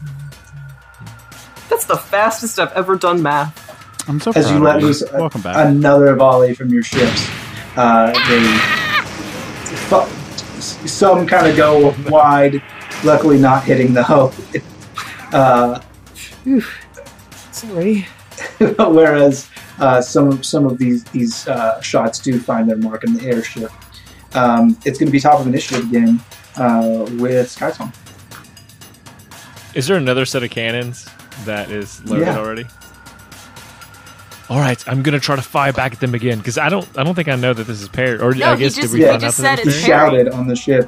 F: That's the fastest I've ever done math.
B: I'm so
A: As
B: proud
A: you
B: of
A: let loose a-
B: Welcome back.
A: another volley from your ships, uh, they fu- some kind of go wide. Luckily, not hitting the hull. Uh,
F: Sorry.
A: whereas uh, some some of these these uh, shots do find their mark in the airship. Um, it's going to be top of initiative again uh, with Skysong.
D: Is there another set of cannons that is loaded
A: Yeah.
D: already? All right, I'm gonna try to fire back at them again because I don't, I don't think I know that this is paired. Or
E: No,
D: I
E: he
D: guess
E: just-
D: did we
A: he
D: find
E: just
D: out that
E: said
A: He
D: was
E: it's
D: paired?
A: shouted on the ship.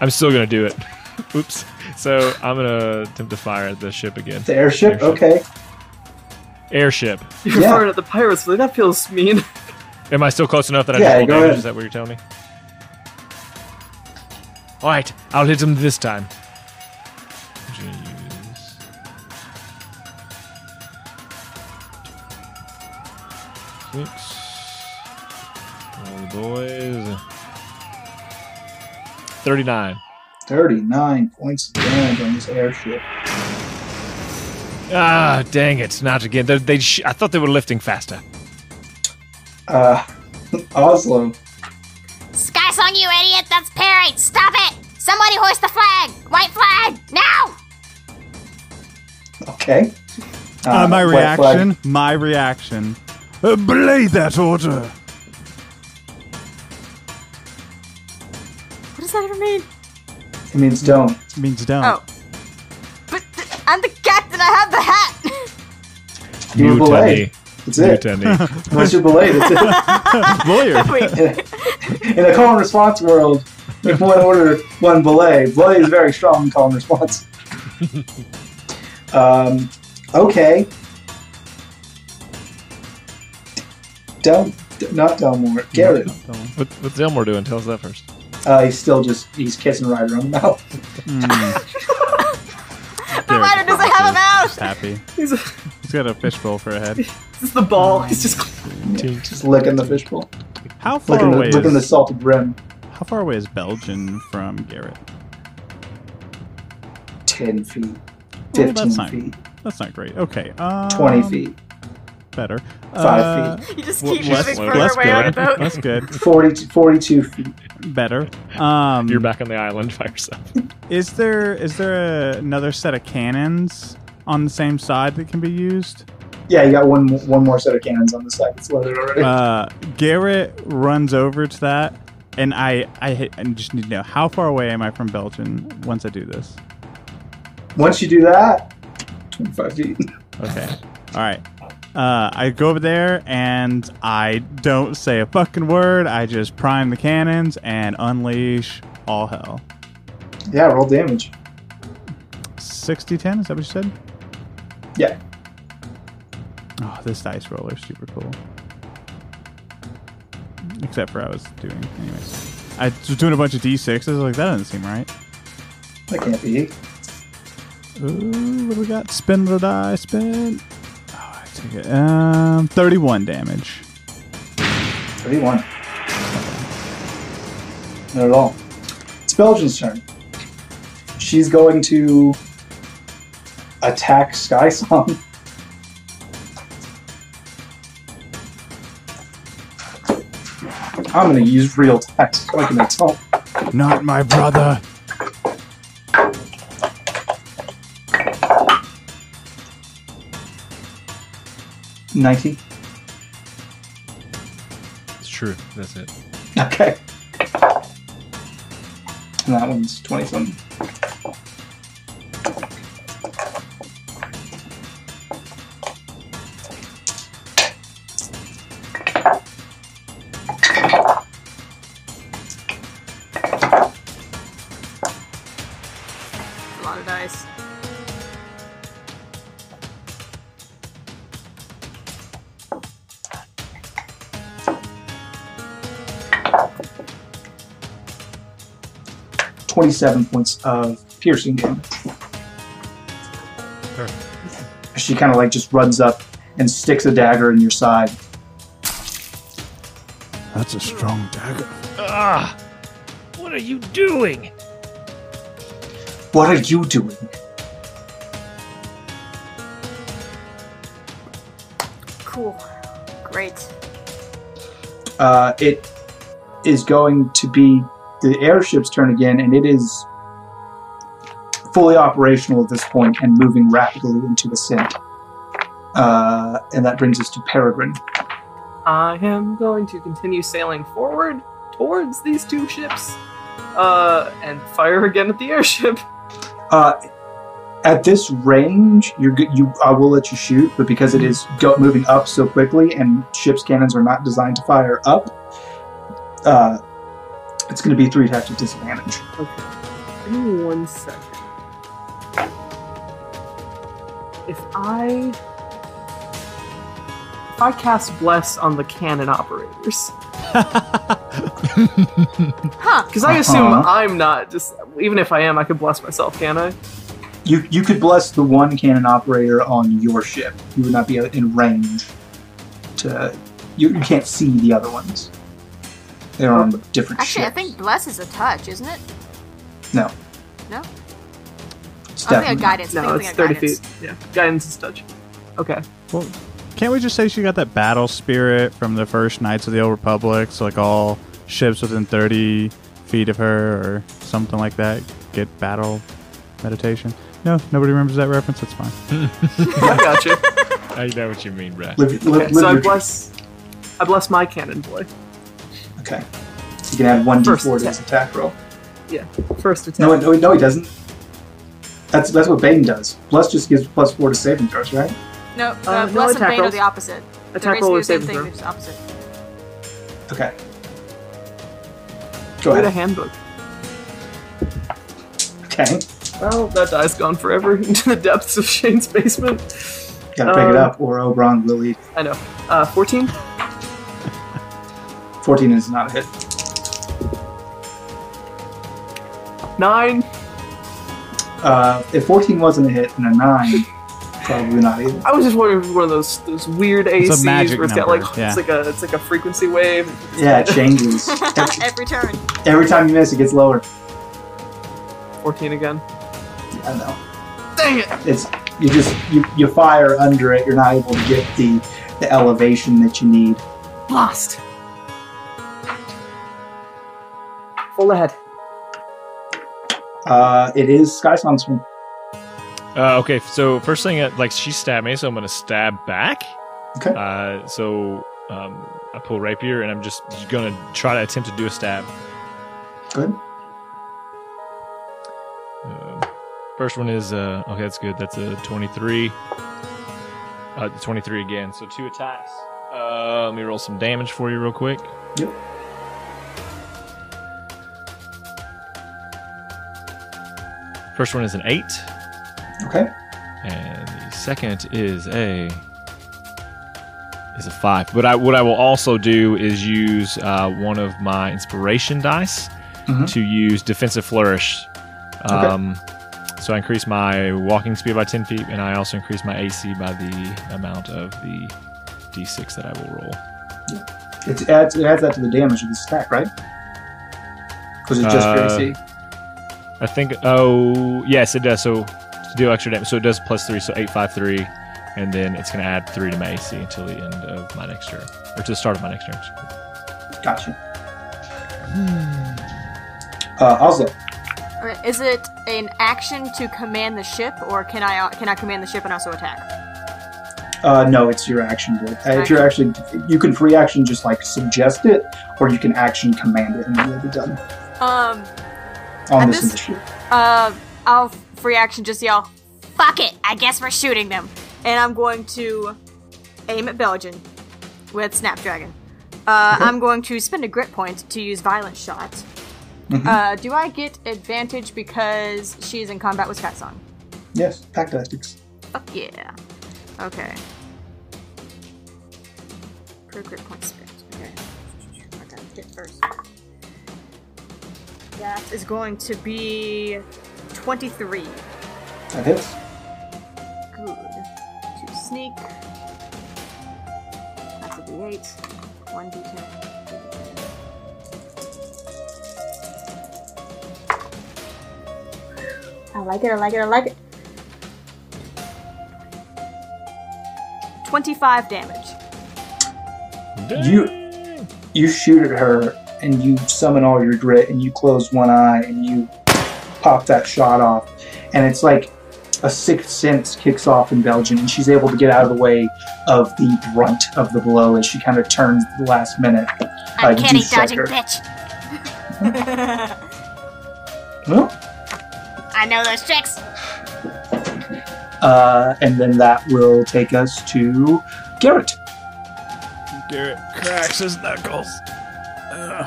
D: I'm still gonna do it. Oops. So I'm gonna attempt to fire at the ship again.
A: The airship.
D: Airship.
A: Okay.
D: Airship.
F: You're
A: Yeah.
F: firing at the pirates, but that feels mean.
D: Am I still close enough that I
A: Yeah,
D: double
A: go
D: damage?
A: ahead.
D: Is that what you're telling me? All right, I'll hit him this time. I'm gonna use- Oops. All the boys. Thirty-nine.
A: 39 points of damage on this airship.
D: Ah, dang it! Not again. They, they sh- I thought they were lifting faster.
A: Uh, Oslo.
C: Sky song, you idiot! That's parried! Stop it! Somebody hoist the flag! White flag! Now!
A: Okay.
B: Uh, my
A: white flag.
B: reaction. My reaction. Obey that order.
E: What does that even mean?
A: It means don't.
B: Means down.
E: Oh. But th- I'm the captain. I have the hat.
A: You were
D: Mutiny.
A: belayed. That's it.
D: Mutiny.
A: Once you're belayed, that's it.
B: Lawyer.
A: In a call and response world, if one order, one belay. Belay is very strong in call and response. um, okay. Don't, not Delmore. Garrett.
D: What, what's Elmore doing? Tell us that first.
A: Uh, he's still just, he's kissing Ryder on the mouth.
E: The rider doesn't have a mouth.
B: Just happy.
F: He's a,
B: He's got a fishbowl for a head.
F: it's the ball. He's just.
A: Just licking the fishbowl.
B: How far
A: Licking the,
B: away?
A: licking the
B: Is,
A: salted rim.
B: how far away is Belgian from Garrett?
A: 10 feet,
B: Well,
A: 15
B: Oh, that's not-
A: feet,
B: That's not great. Okay. Um,
A: 20 feet,
B: Better.
A: Five
B: Uh,
A: feet.
E: You just
B: well,
E: keep moving
B: less-
E: further
B: less
E: away on the
B: good.
E: boat.
B: That's good.
A: 40, 42 feet.
B: Better. Um,
D: You're back on the island by yourself.
B: Is there is there a, another set of cannons on the same side that can be used?
A: Yeah, you got one mo- one more set of cannons on the side. It's loaded already.
B: Uh, Garrett runs over to that, and I I, hit, I just need to know how far away am I from Belgian once I do this?
A: Once you do that, 25 feet.
B: Okay. All right. Uh, I go over there and I don't say a fucking word. I just prime the cannons and unleash all hell.
A: Yeah, roll damage.
B: 60 10, is that what you said?
A: Yeah.
B: Oh, this dice roller is super cool. Except for I was doing, anyways. I was doing a bunch of d6s. I was like, that doesn't seem right.
A: That can't be.
B: Ooh, what do we got? Spin the die, spin. Oh, I took it. Um, 31 damage.
A: 31. Not at all. It's Belgian's turn. She's going to attack Sky Song. I'm going to use real text like an adult.
B: Not my brother.
A: Nineteen.
D: It's true. That's it.
A: Okay. And that one's 20 something.
E: A lot of dice.
A: Twenty-seven points of piercing damage. She kind of like just runs up and sticks a dagger in your side.
B: That's a strong dagger.
D: Ah! What are you doing?
A: What are you doing?
E: Cool. Great.
A: Uh, it is going to be the airship's turn again, and it is fully operational at this point and moving rapidly into ascent. Uh, and that brings us to Peregrine.
F: I am going to continue sailing forward towards these two ships, uh, and fire again at the airship.
A: Uh, at this range, you're good. You, I will let you shoot, but because it is go- moving up so quickly, and ships' cannons are not designed to fire up, uh, it's going to be three attacks of disadvantage.
F: Give me one second. If I if I cast bless on the cannon operators,
E: Huh.
F: because I assume
A: Uh-huh.
F: I'm not just even if I am, I could bless myself, can I?
A: You you could bless the one cannon operator on your ship. You would not be in range to. You, you can't see the other ones. They're on different
E: Actually, I
A: ships.
E: think bless is a touch, isn't it?
A: no.
E: No? Oh,
A: It's
E: I think a
A: definitely-
E: guidance. I
F: No,
E: think we got
F: it's thirty
E: guidance.
F: feet. Yeah, guidance is touch. Okay.
B: Well, can't we just say she got that battle spirit from the first Knights of the Old Republic? So, like, all ships within 30 feet of her or something like that get battle meditation? No, nobody remembers that reference. That's fine.
F: I got you.
D: I know what you mean, Brad.
A: Live, live,
F: Okay,
A: live
F: so I
A: your-
F: bless, I bless my cannon boy.
A: Okay. So you can add one
F: First
A: d4 to
F: attack.
A: his attack roll.
F: Yeah, first attack.
A: No, no, no, he doesn't. That's that's what Bane does. Plus just gives plus four to saving throws, right?
E: No,
F: Uh,
E: uh,
F: no
E: bless and
F: attack
E: bane are
F: rolls.
E: the opposite.
F: attack
E: They're
F: roll
E: basically the same
F: or saving
E: thing,
F: throw.
E: they're just opposite.
A: Okay. Go
F: Read a
A: ahead.
F: handbook.
A: Okay.
F: Well, that die's gone forever into the depths of Shane's basement.
A: Gotta pick it
F: Um,
A: up, or Oberon will eat.
F: I know. Uh, 14?
A: 14 is not a hit.
F: 9?
A: Uh, if 14 wasn't a hit, and a 9, probably not either.
F: I was just wondering if it was one of those those weird ACs
B: It's a magic
F: where it's got
B: number,
F: like
B: yeah.
F: it's like a it's like a frequency wave.
A: Yeah, it changes. every,
E: Every turn.
A: every time you miss, it gets lower.
F: 14 again.
A: I know.
F: Dang it!
A: It's you just you, you fire under it. You're not able to get the the elevation that you need.
F: Blast! Full ahead.
A: Uh, it is Skysong's turn.
D: Uh, okay, so first thing, uh, like she stabbed me, so I'm gonna stab back.
A: Okay.
D: Uh, so um, I pull rapier and I'm just gonna try to attempt to do a stab.
A: Good.
D: Um, first one is uh, okay. That's good. That's a 23. Uh, 23 again. So two attacks. Uh, let me roll some damage for you real quick.
A: Yep.
D: First one is an eight.
A: Okay.
D: And the second is a is a five. But I what I will also do is use uh, one of my inspiration dice
A: Mhm.
D: to use defensive flourish.
A: Okay.
D: Um, So I increase my walking speed by ten feet, and I also increase my AC by the amount of the d6 that I will roll.
A: It adds it adds that to the damage of the stack, right? Because it's just
D: Uh,
A: your AC.
D: I think. Oh, yes, it does. So to do extra damage, so it does plus three, so eight, five, three, and then it's going to add three to my AC until the end of my next turn, or to the start of my next turn.
A: Gotcha. Uh, Oslo,
E: Alright, Uh, Is it an action to command the ship, or can I uh, can I command the ship and also attack?
A: uh, no, it's your action. Roll. Uh, if you're actually, you can free action just like suggest it, or you can action command it, and then you'll be done
E: Um,
A: on
E: At
A: this
E: this-
A: initiative.
E: uh, I'll free action just yell, "Fuck it! I guess we're shooting them," and I'm going to aim at Belgian with Snapdragon. Uh, I'm going to spend a grit point to use Violent Shot. Uh, do I get advantage because she's in combat with Song?
A: Yes, pack tactics.
E: Fuck yeah. Okay. Per grit point script. Okay. I gotta hit first. That is going to be 23.
A: That hits.
E: Good. To sneak. That's a d8. 1d10. I like it, I like it, I like it. 25 damage.
A: You- You shoot at her and you summon all your grit and you close one eye and you pop that shot off. And it's like a sixth sense kicks off in Belgium and she's able to get out of the way of the brunt of the blow as she kind of turns at the last minute.
C: I'm
A: Uh,
C: candy
A: you
C: dodging
A: sucker.
C: bitch.
A: Well,
C: I know those tricks.
A: uh, and then that will take us to Garrett.
B: Garrett cracks his knuckles. Uh,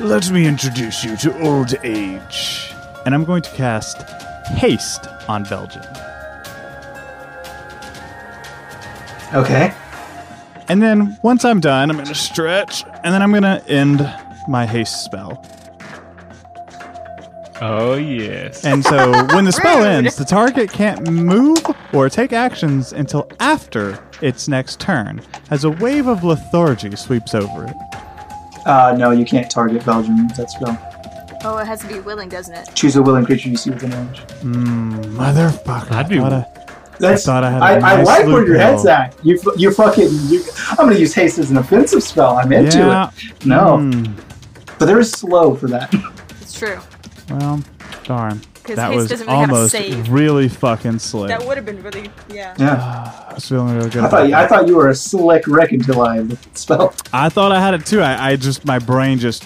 B: let me introduce you to old age. And I'm going to cast haste on Belgium.
A: Okay.
B: And then once I'm done, I'm going to stretch, and then I'm going to end my haste spell.
D: Oh yes.
B: And so when the spell
C: Rude.
B: ends, the target can't move or take actions until after its next turn, as a wave of lethargy sweeps over it.
A: Uh, no, you can't target Belgium with that spell.
E: Oh, it has to be willing, doesn't it?
A: Choose a willing creature you see within range.
B: Mm, motherfucker.
D: I'd be-
B: Thought I-
A: That's,
B: thought I had a
A: I, I
B: nice
A: like where your head's
B: loophole.
A: at. You, f- you fucking. You, I'm gonna use haste as an offensive spell. I'm into
B: yeah.
A: it. No,
B: Mm,
A: but there is slow for that.
E: It's true.
B: well, darn.
E: 'Cause
B: That
E: haste
B: was
E: doesn't really have a
B: almost
E: save.
B: really fucking slick.
E: That would have been really, yeah.
A: Yeah,
B: Ah, I was feeling really good.
A: I
B: about
A: thought you, I
B: that.
A: thought you were a slick wreck until I looked at the spell.
B: I thought I had it too. I, I just my brain just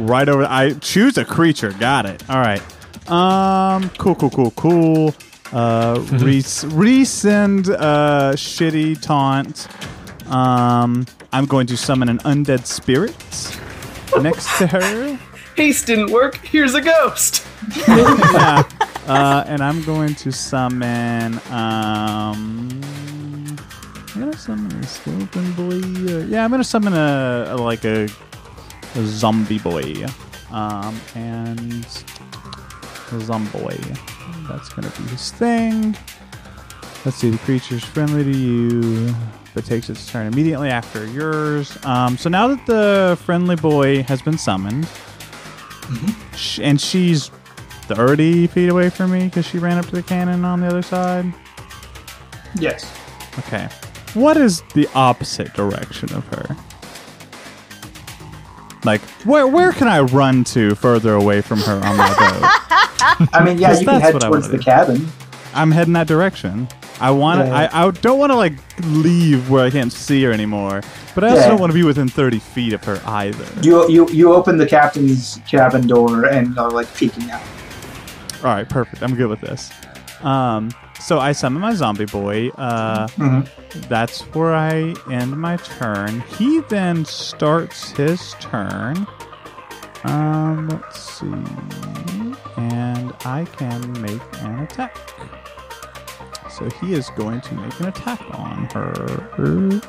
B: right over. I choose a creature. Got it. All right. Um. Cool. Cool. Cool. Cool. Uh. res- resend. Uh. Shitty taunt. Um. I'm going to summon an undead spirit next to her.
F: Haste didn't work. Here's a ghost.
B: Yeah. Uh, and I'm going to summon. Um, I'm gonna summon a skeleton boy. Uh, Yeah, I'm gonna summon a, a- like a, a zombie boy. Um, and zomboy. That's gonna be his thing. Let's see. The creature's friendly to you, but takes its turn immediately after yours. Um, so now that the friendly boy has been summoned, sh- and she's 30 E feet away from me because she ran up to the cannon on the other side.
A: Yes.
B: Okay. What is the opposite direction of her? Like, where where can I run to further away from her on my
A: I mean, yeah,
B: Yes,
A: you can
B: that's
A: head
B: what I
A: towards the
B: wanted.
A: cabin.
B: boat? I'm heading that direction. I want to.
A: Yeah.
B: I, I don't want to like leave where I can't see her anymore, but I also
A: Yeah.
B: don't want to be within 30 feet of her either.
A: You you you open the captain's cabin door and are like peeking out.
B: All right, perfect. I'm good with this. Um, so I summon my zombie boy. Uh,
A: Mhm.
B: That's where I end my turn. He then starts his turn. Um, let's see, and I can make an attack. So he is going to make an attack on her.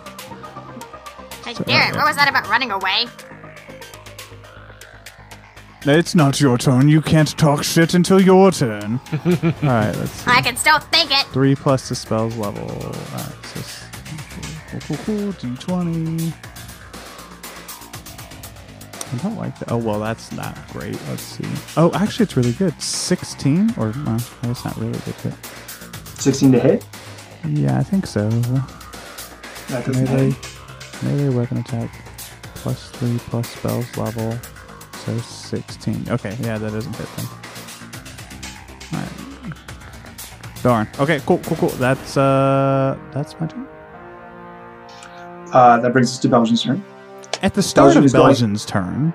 C: Hey,
B: Sorry.
C: Garrett, what was that about running away?
B: It's not your turn. You can't talk shit until your turn. All right, let's see.
C: I can still think it.
B: Three plus the spell's level. Alright, so s- cool, cool, cool, D20. I don't like that. Oh, well, that's not great. Let's see. Oh, actually, it's really good. 16? Or, no, that's not really good. But
A: Sixteen to hit.
B: yeah, I think so.
A: That doesn't
B: Melee,
A: hit.
B: melee weapon attack. Plus three plus spells level. So 16. Okay, yeah, that doesn't hit then. Alright. Darn. Okay, cool, cool, cool. That's, uh, that's my turn.
A: Uh, that brings us to Belgium's turn.
B: At the start
A: Belgium
B: of
A: is going-
B: Belgian's turn,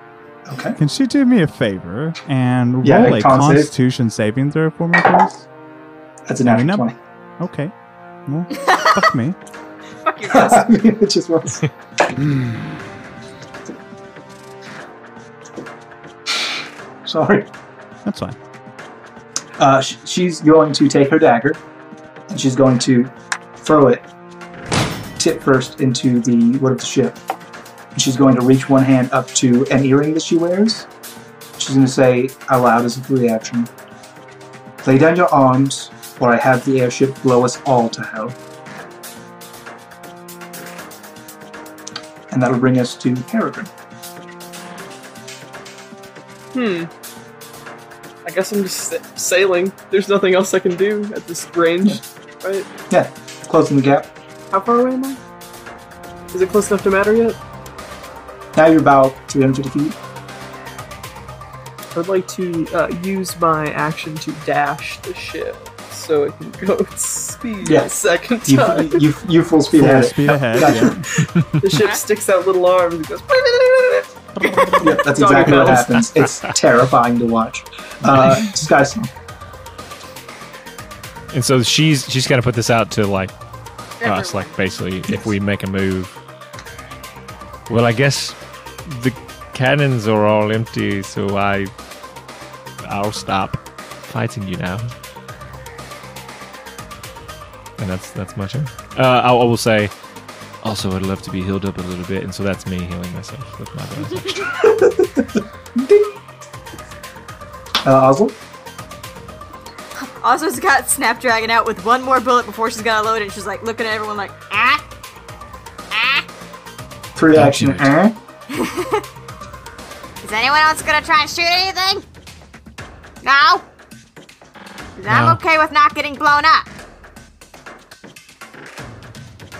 A: Okay.
B: can she do me a favor and
A: Yeah,
B: roll
A: a
B: a
A: con save.
B: Constitution saving throw for me, please?
A: That's a
B: I mean,
A: natural
B: I'm-
A: twenty.
B: Okay. Well, fuck me.
E: Fuck your ghost.
A: I mean, it just was. Sorry.
B: That's fine.
A: Uh, sh- she's going to take her dagger and she's going to throw it tip first into the wood of the ship. And she's going to reach one hand up to an earring that she wears. She's going to say out loud as a free action Lay down your arms, or I have the airship blow us all to hell. And that'll bring us to Peregrine.
F: Hmm. I guess I'm just sa- sailing. There's nothing else I can do at this range, right?
A: Yeah, closing the gap.
F: How far away am I? Is it close enough to matter yet?
A: Now you're about 350 feet.
F: I'd like to uh, use my action to dash the ship so it can go at speed
A: Yeah.
F: a second
A: You,
F: time.
A: you, you full speed
B: Full
A: ahead.
B: speed ahead.
A: Gotcha.
F: the ship sticks out little arms and goes.
A: Yep, that's
F: Dog
A: exactly what
F: bells.
A: happens. It's terrifying to watch. Uh, Sky Song.
D: And so she's she's kind of put this out to like us,
E: Everyone.
D: like basically if we make a move. Well, I guess the cannons are all empty, so I I'll stop fighting you now. And that's that's my turn. Uh, I, I will say. Also, I'd love to be healed up a little bit, and so that's me healing myself with my bonus action.
A: Uh, Oswald?
E: Ozzo's got Snapdragon out with one more bullet before she's gonna load it. She's like looking at everyone like, ah,
A: Free
D: Don't
A: action.
D: do it.
A: eh?
C: Is anyone else gonna try and shoot anything? No? 'Cause
D: No.
C: I'm okay with not getting blown up.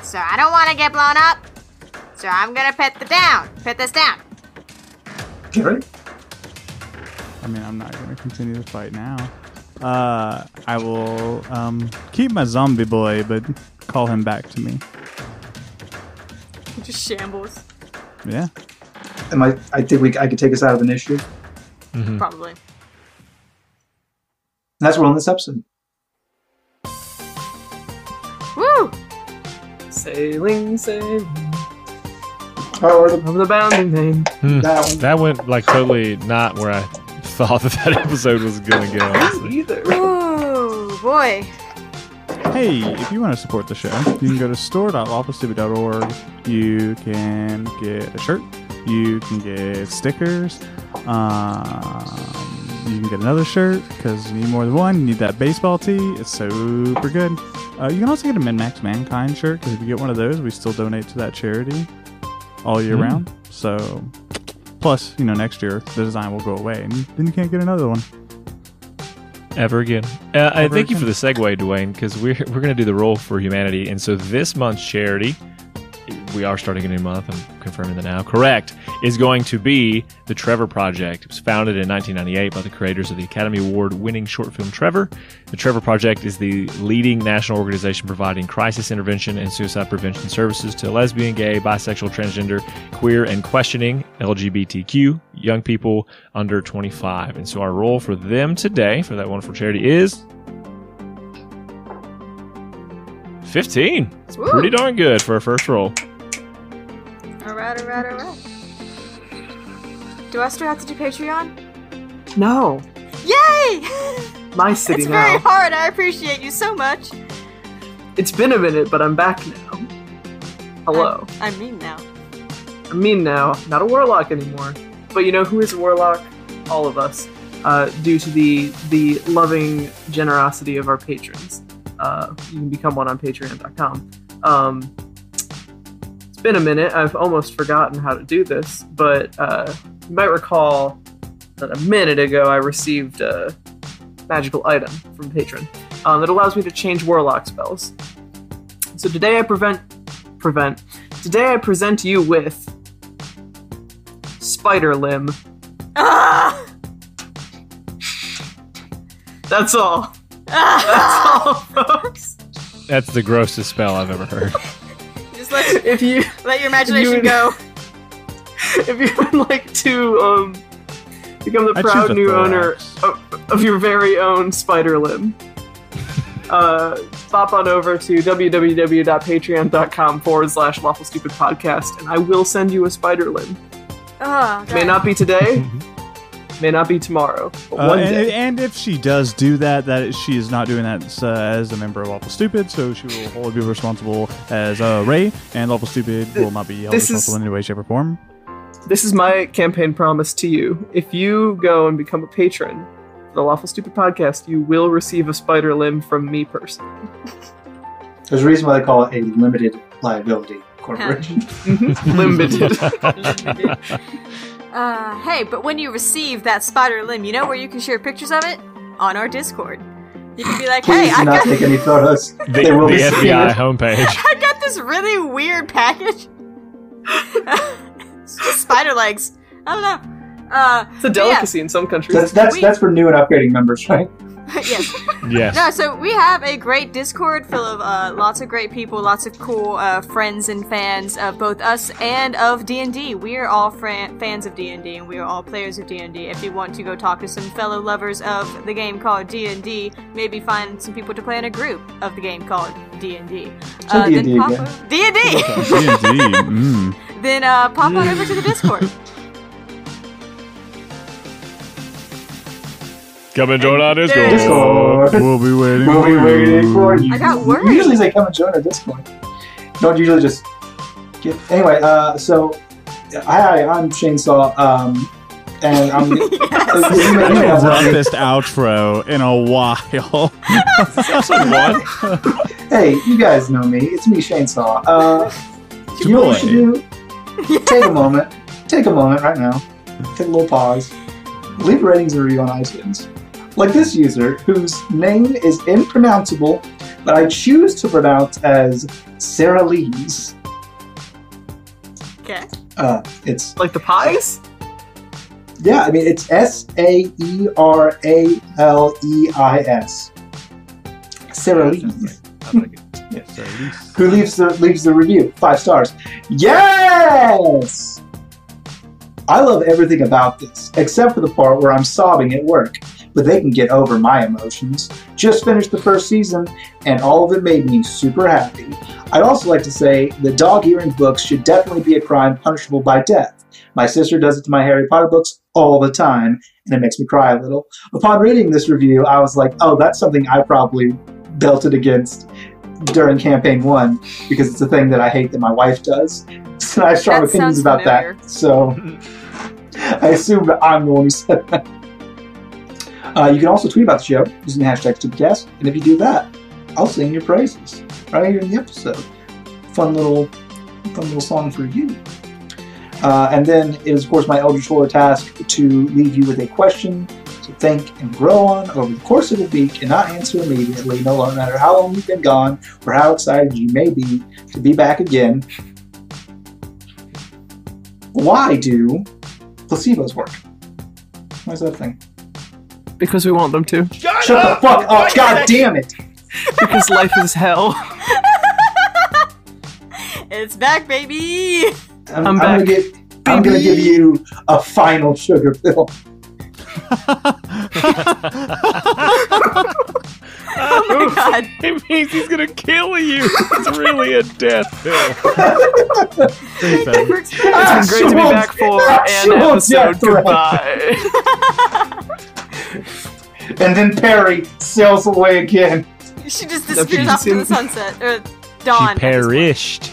C: So I don't wanna get blown up. So I'm gonna put the down. Put this down.
A: Gary?
B: I mean, I'm not going to continue the fight now. Uh, I will um, keep my zombie boy, but call him back to me.
E: just shambles.
B: Yeah.
A: Am I, I think we, I could take us out of an issue.
F: Hmm.
E: Probably.
A: That's what we're on this episode.
E: Woo!
F: Sailing, sailing
A: Oh, or the,
F: over the bounding main.
D: Hmm.
A: that one.
D: That went like totally not where I thought that, that episode was gonna go. honestly.
F: Either.
E: Ooh, boy.
B: Hey, if you want to support the show, you can go to store.lawfulstupid.org. You can get a shirt. You can get stickers. Um, you can get another shirt because you need more than one. You need that baseball tee. It's super good. Uh, you can also get a Min Max Mankind shirt because if you get one of those, we still donate to that charity all year
D: Mm.
B: round. So, plus, you know, next year the design will go away and then you can't get another one.
D: Ever again. Uh, I
B: Ever
D: thank you
B: again.
D: for the segue, Dwayne, because we're, we're going to do the role for humanity. And so this month's charity, we are starting a new month, I'm confirming that now, correct, is going to be the Trevor Project. It was founded in 1998 by the creators of the Academy Award winning short film Trevor. The Trevor Project is the leading national organization providing crisis intervention and suicide prevention services to lesbian, gay, bisexual, transgender, queer, and questioning LGBTQ young people under 25. And so our role for them today, for that wonderful charity, is 15. It's
E: Woo.
D: pretty darn good for a first roll.
E: Alright, alright, alright. Do I still have to do Patreon?
F: No,
E: Yay!
F: my city
E: it's
F: now.
E: very hard. I appreciate you so much.
F: It's been a minute, but I'm back now. Hello.
E: I mean now.
F: I mean now, not a warlock anymore. But you know who is a warlock? All of us, uh, due to the the loving generosity of our patrons. Uh, you can become one on Patreon.com. Um, it's been a minute. I've almost forgotten how to do this, but uh, you might recall that a minute ago I received a magical item from a patron um, that allows me to change warlock spells. So today I prevent prevent Today I present you with Spider Limb.
E: Ah!
F: That's all. That's
E: Ah!
F: all, folks.
D: That's the grossest spell I've ever heard.
E: Just let,
F: If you
E: let your imagination
F: You-
E: go.
F: if you would like to um become the
B: I choose
F: proud
B: a
F: new
B: thorax.
F: owner of, of your very own Spider Limb, uh, pop on over to www.patreon.com forward slash lawful stupid podcast, and I will send you a spider limb.
C: Ah,
E: Oh,
F: May not be today, may not be tomorrow, but
B: Mm-hmm. Uh,
F: one
B: and,
F: day.
B: and if she does do that, that is, she is not doing that uh, as a member of Lawful Stupid, so she will wholly be responsible as uh, Ray, and Lawful Stupid will not be held
F: This is-
B: responsible in any way, shape, or form.
F: This is my campaign promise to you. If you go and become a patron of the Lawful Stupid Podcast, you will receive a spider limb from me personally.
A: There's a reason why they call it a limited liability corporation.
F: Limited.
E: Uh, hey, but when you receive that spider limb, you know where you can share pictures of it? On our Discord. You can be like,
A: Please
E: hey,
A: do
E: I
A: not
E: got,
A: take any photos.
D: The,
A: They will
D: the
A: be
D: FBI homepage.
E: I got this really weird package. It's just spider legs. I don't know. Uh,
F: It's a delicacy in some countries.
A: That's that's that's for new and upgrading members, right?
E: yes.
D: Yes.
E: No, so we have a great Discord full of uh, lots of great people, lots of cool uh, friends and fans of both us and of D and D. We are all fran- fans of D and D, and we are all players of D and D. If you want to go talk to some fellow lovers of the game called D and D, maybe find some people to play in a group of the game called D and D. Uh,
A: So D&D again.
E: D and D.
B: D&D, mm.
E: Then uh, pop on over to the Discord.
D: Come and join our Discord.
A: Discord.
B: We'll be waiting
A: We'll be waiting for you.
E: I got worried.
A: Usually they come and join at this point. Don't usually just get. Anyway, uh, so hi, I'm Shane Saw, um, and I'm. You may- you may have
B: The
A: heard me.
B: roughest outro in a while.
D: What?
A: Hey, you guys know me. It's me, Shane Saw. Uh, you know what you should do? Take a moment. Take a moment right now. Take a little pause. Leave ratings and review on iTunes. Like this user, whose name is impronounceable, but I choose to pronounce as Sarah Lees.
E: Okay.
A: Uh, it's
F: like the pies?
A: Yeah, I mean it's S A E R A L E I S. Sarah Lee,
B: I like it. So at least-
A: who leaves the leaves the review five stars. Yes, I love everything about this except for the part where I'm sobbing at work. But they can get over my emotions. Just finished the first season, and all of it made me super happy. I'd also like to say the dog earring books should definitely be a crime punishable by death. My sister does it to my Harry Potter books all the time, and it makes me cry a little. Upon reading this review, I was like, oh, that's something I probably belted against during campaign one because it's a thing that I hate that my wife does. So I have strong
E: That
A: opinions
E: sounds
A: about
E: familiar.
A: that. So I assume that I'm the one who said that. Uh, you can also tweet about the show using the hashtag StupidCast, and if you do that, I'll sing your praises right here in the episode. Fun little, fun little song for you. Uh, and then it is, of course, my Eldritch Horror task to leave you with a question to think and grow on over the course of a week and not answer immediately, no matter how long you've been gone or how excited you may be to be back again. Why do placebos work? Why's that a thing?
F: Because we want them to.
A: Shut the fuck up! God damn it!
F: Because life is hell.
E: It's back, baby.
A: I'm,
F: I'm
A: gonna
F: back.
A: get. I'm gonna give you a final sugar pill.
E: Oh my god.
D: it means he's gonna kill you. It's really a death pill.
B: Thanks, Ben.
E: We're excited.
A: Ah,
F: It's been great to be back for an
A: Actual
F: episode.
A: death threat.
F: Goodbye.
A: And then Perry sails away again.
E: She just
F: That'd be
E: disappears off to
F: easy.
E: the sunset or dawn.
D: She perished.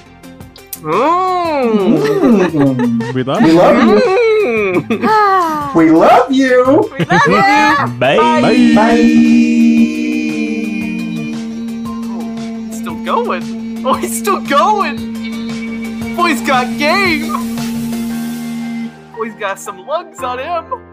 F: Mm.
A: Mm.
B: We love
A: we
B: you.
A: love you.
F: Mm.
E: we
A: We love you.
E: Ah, love you.
D: Bye.
F: Still going. Oh, he's still going. Oh, Boy's got game. Boy's got Oh, some lugs on him.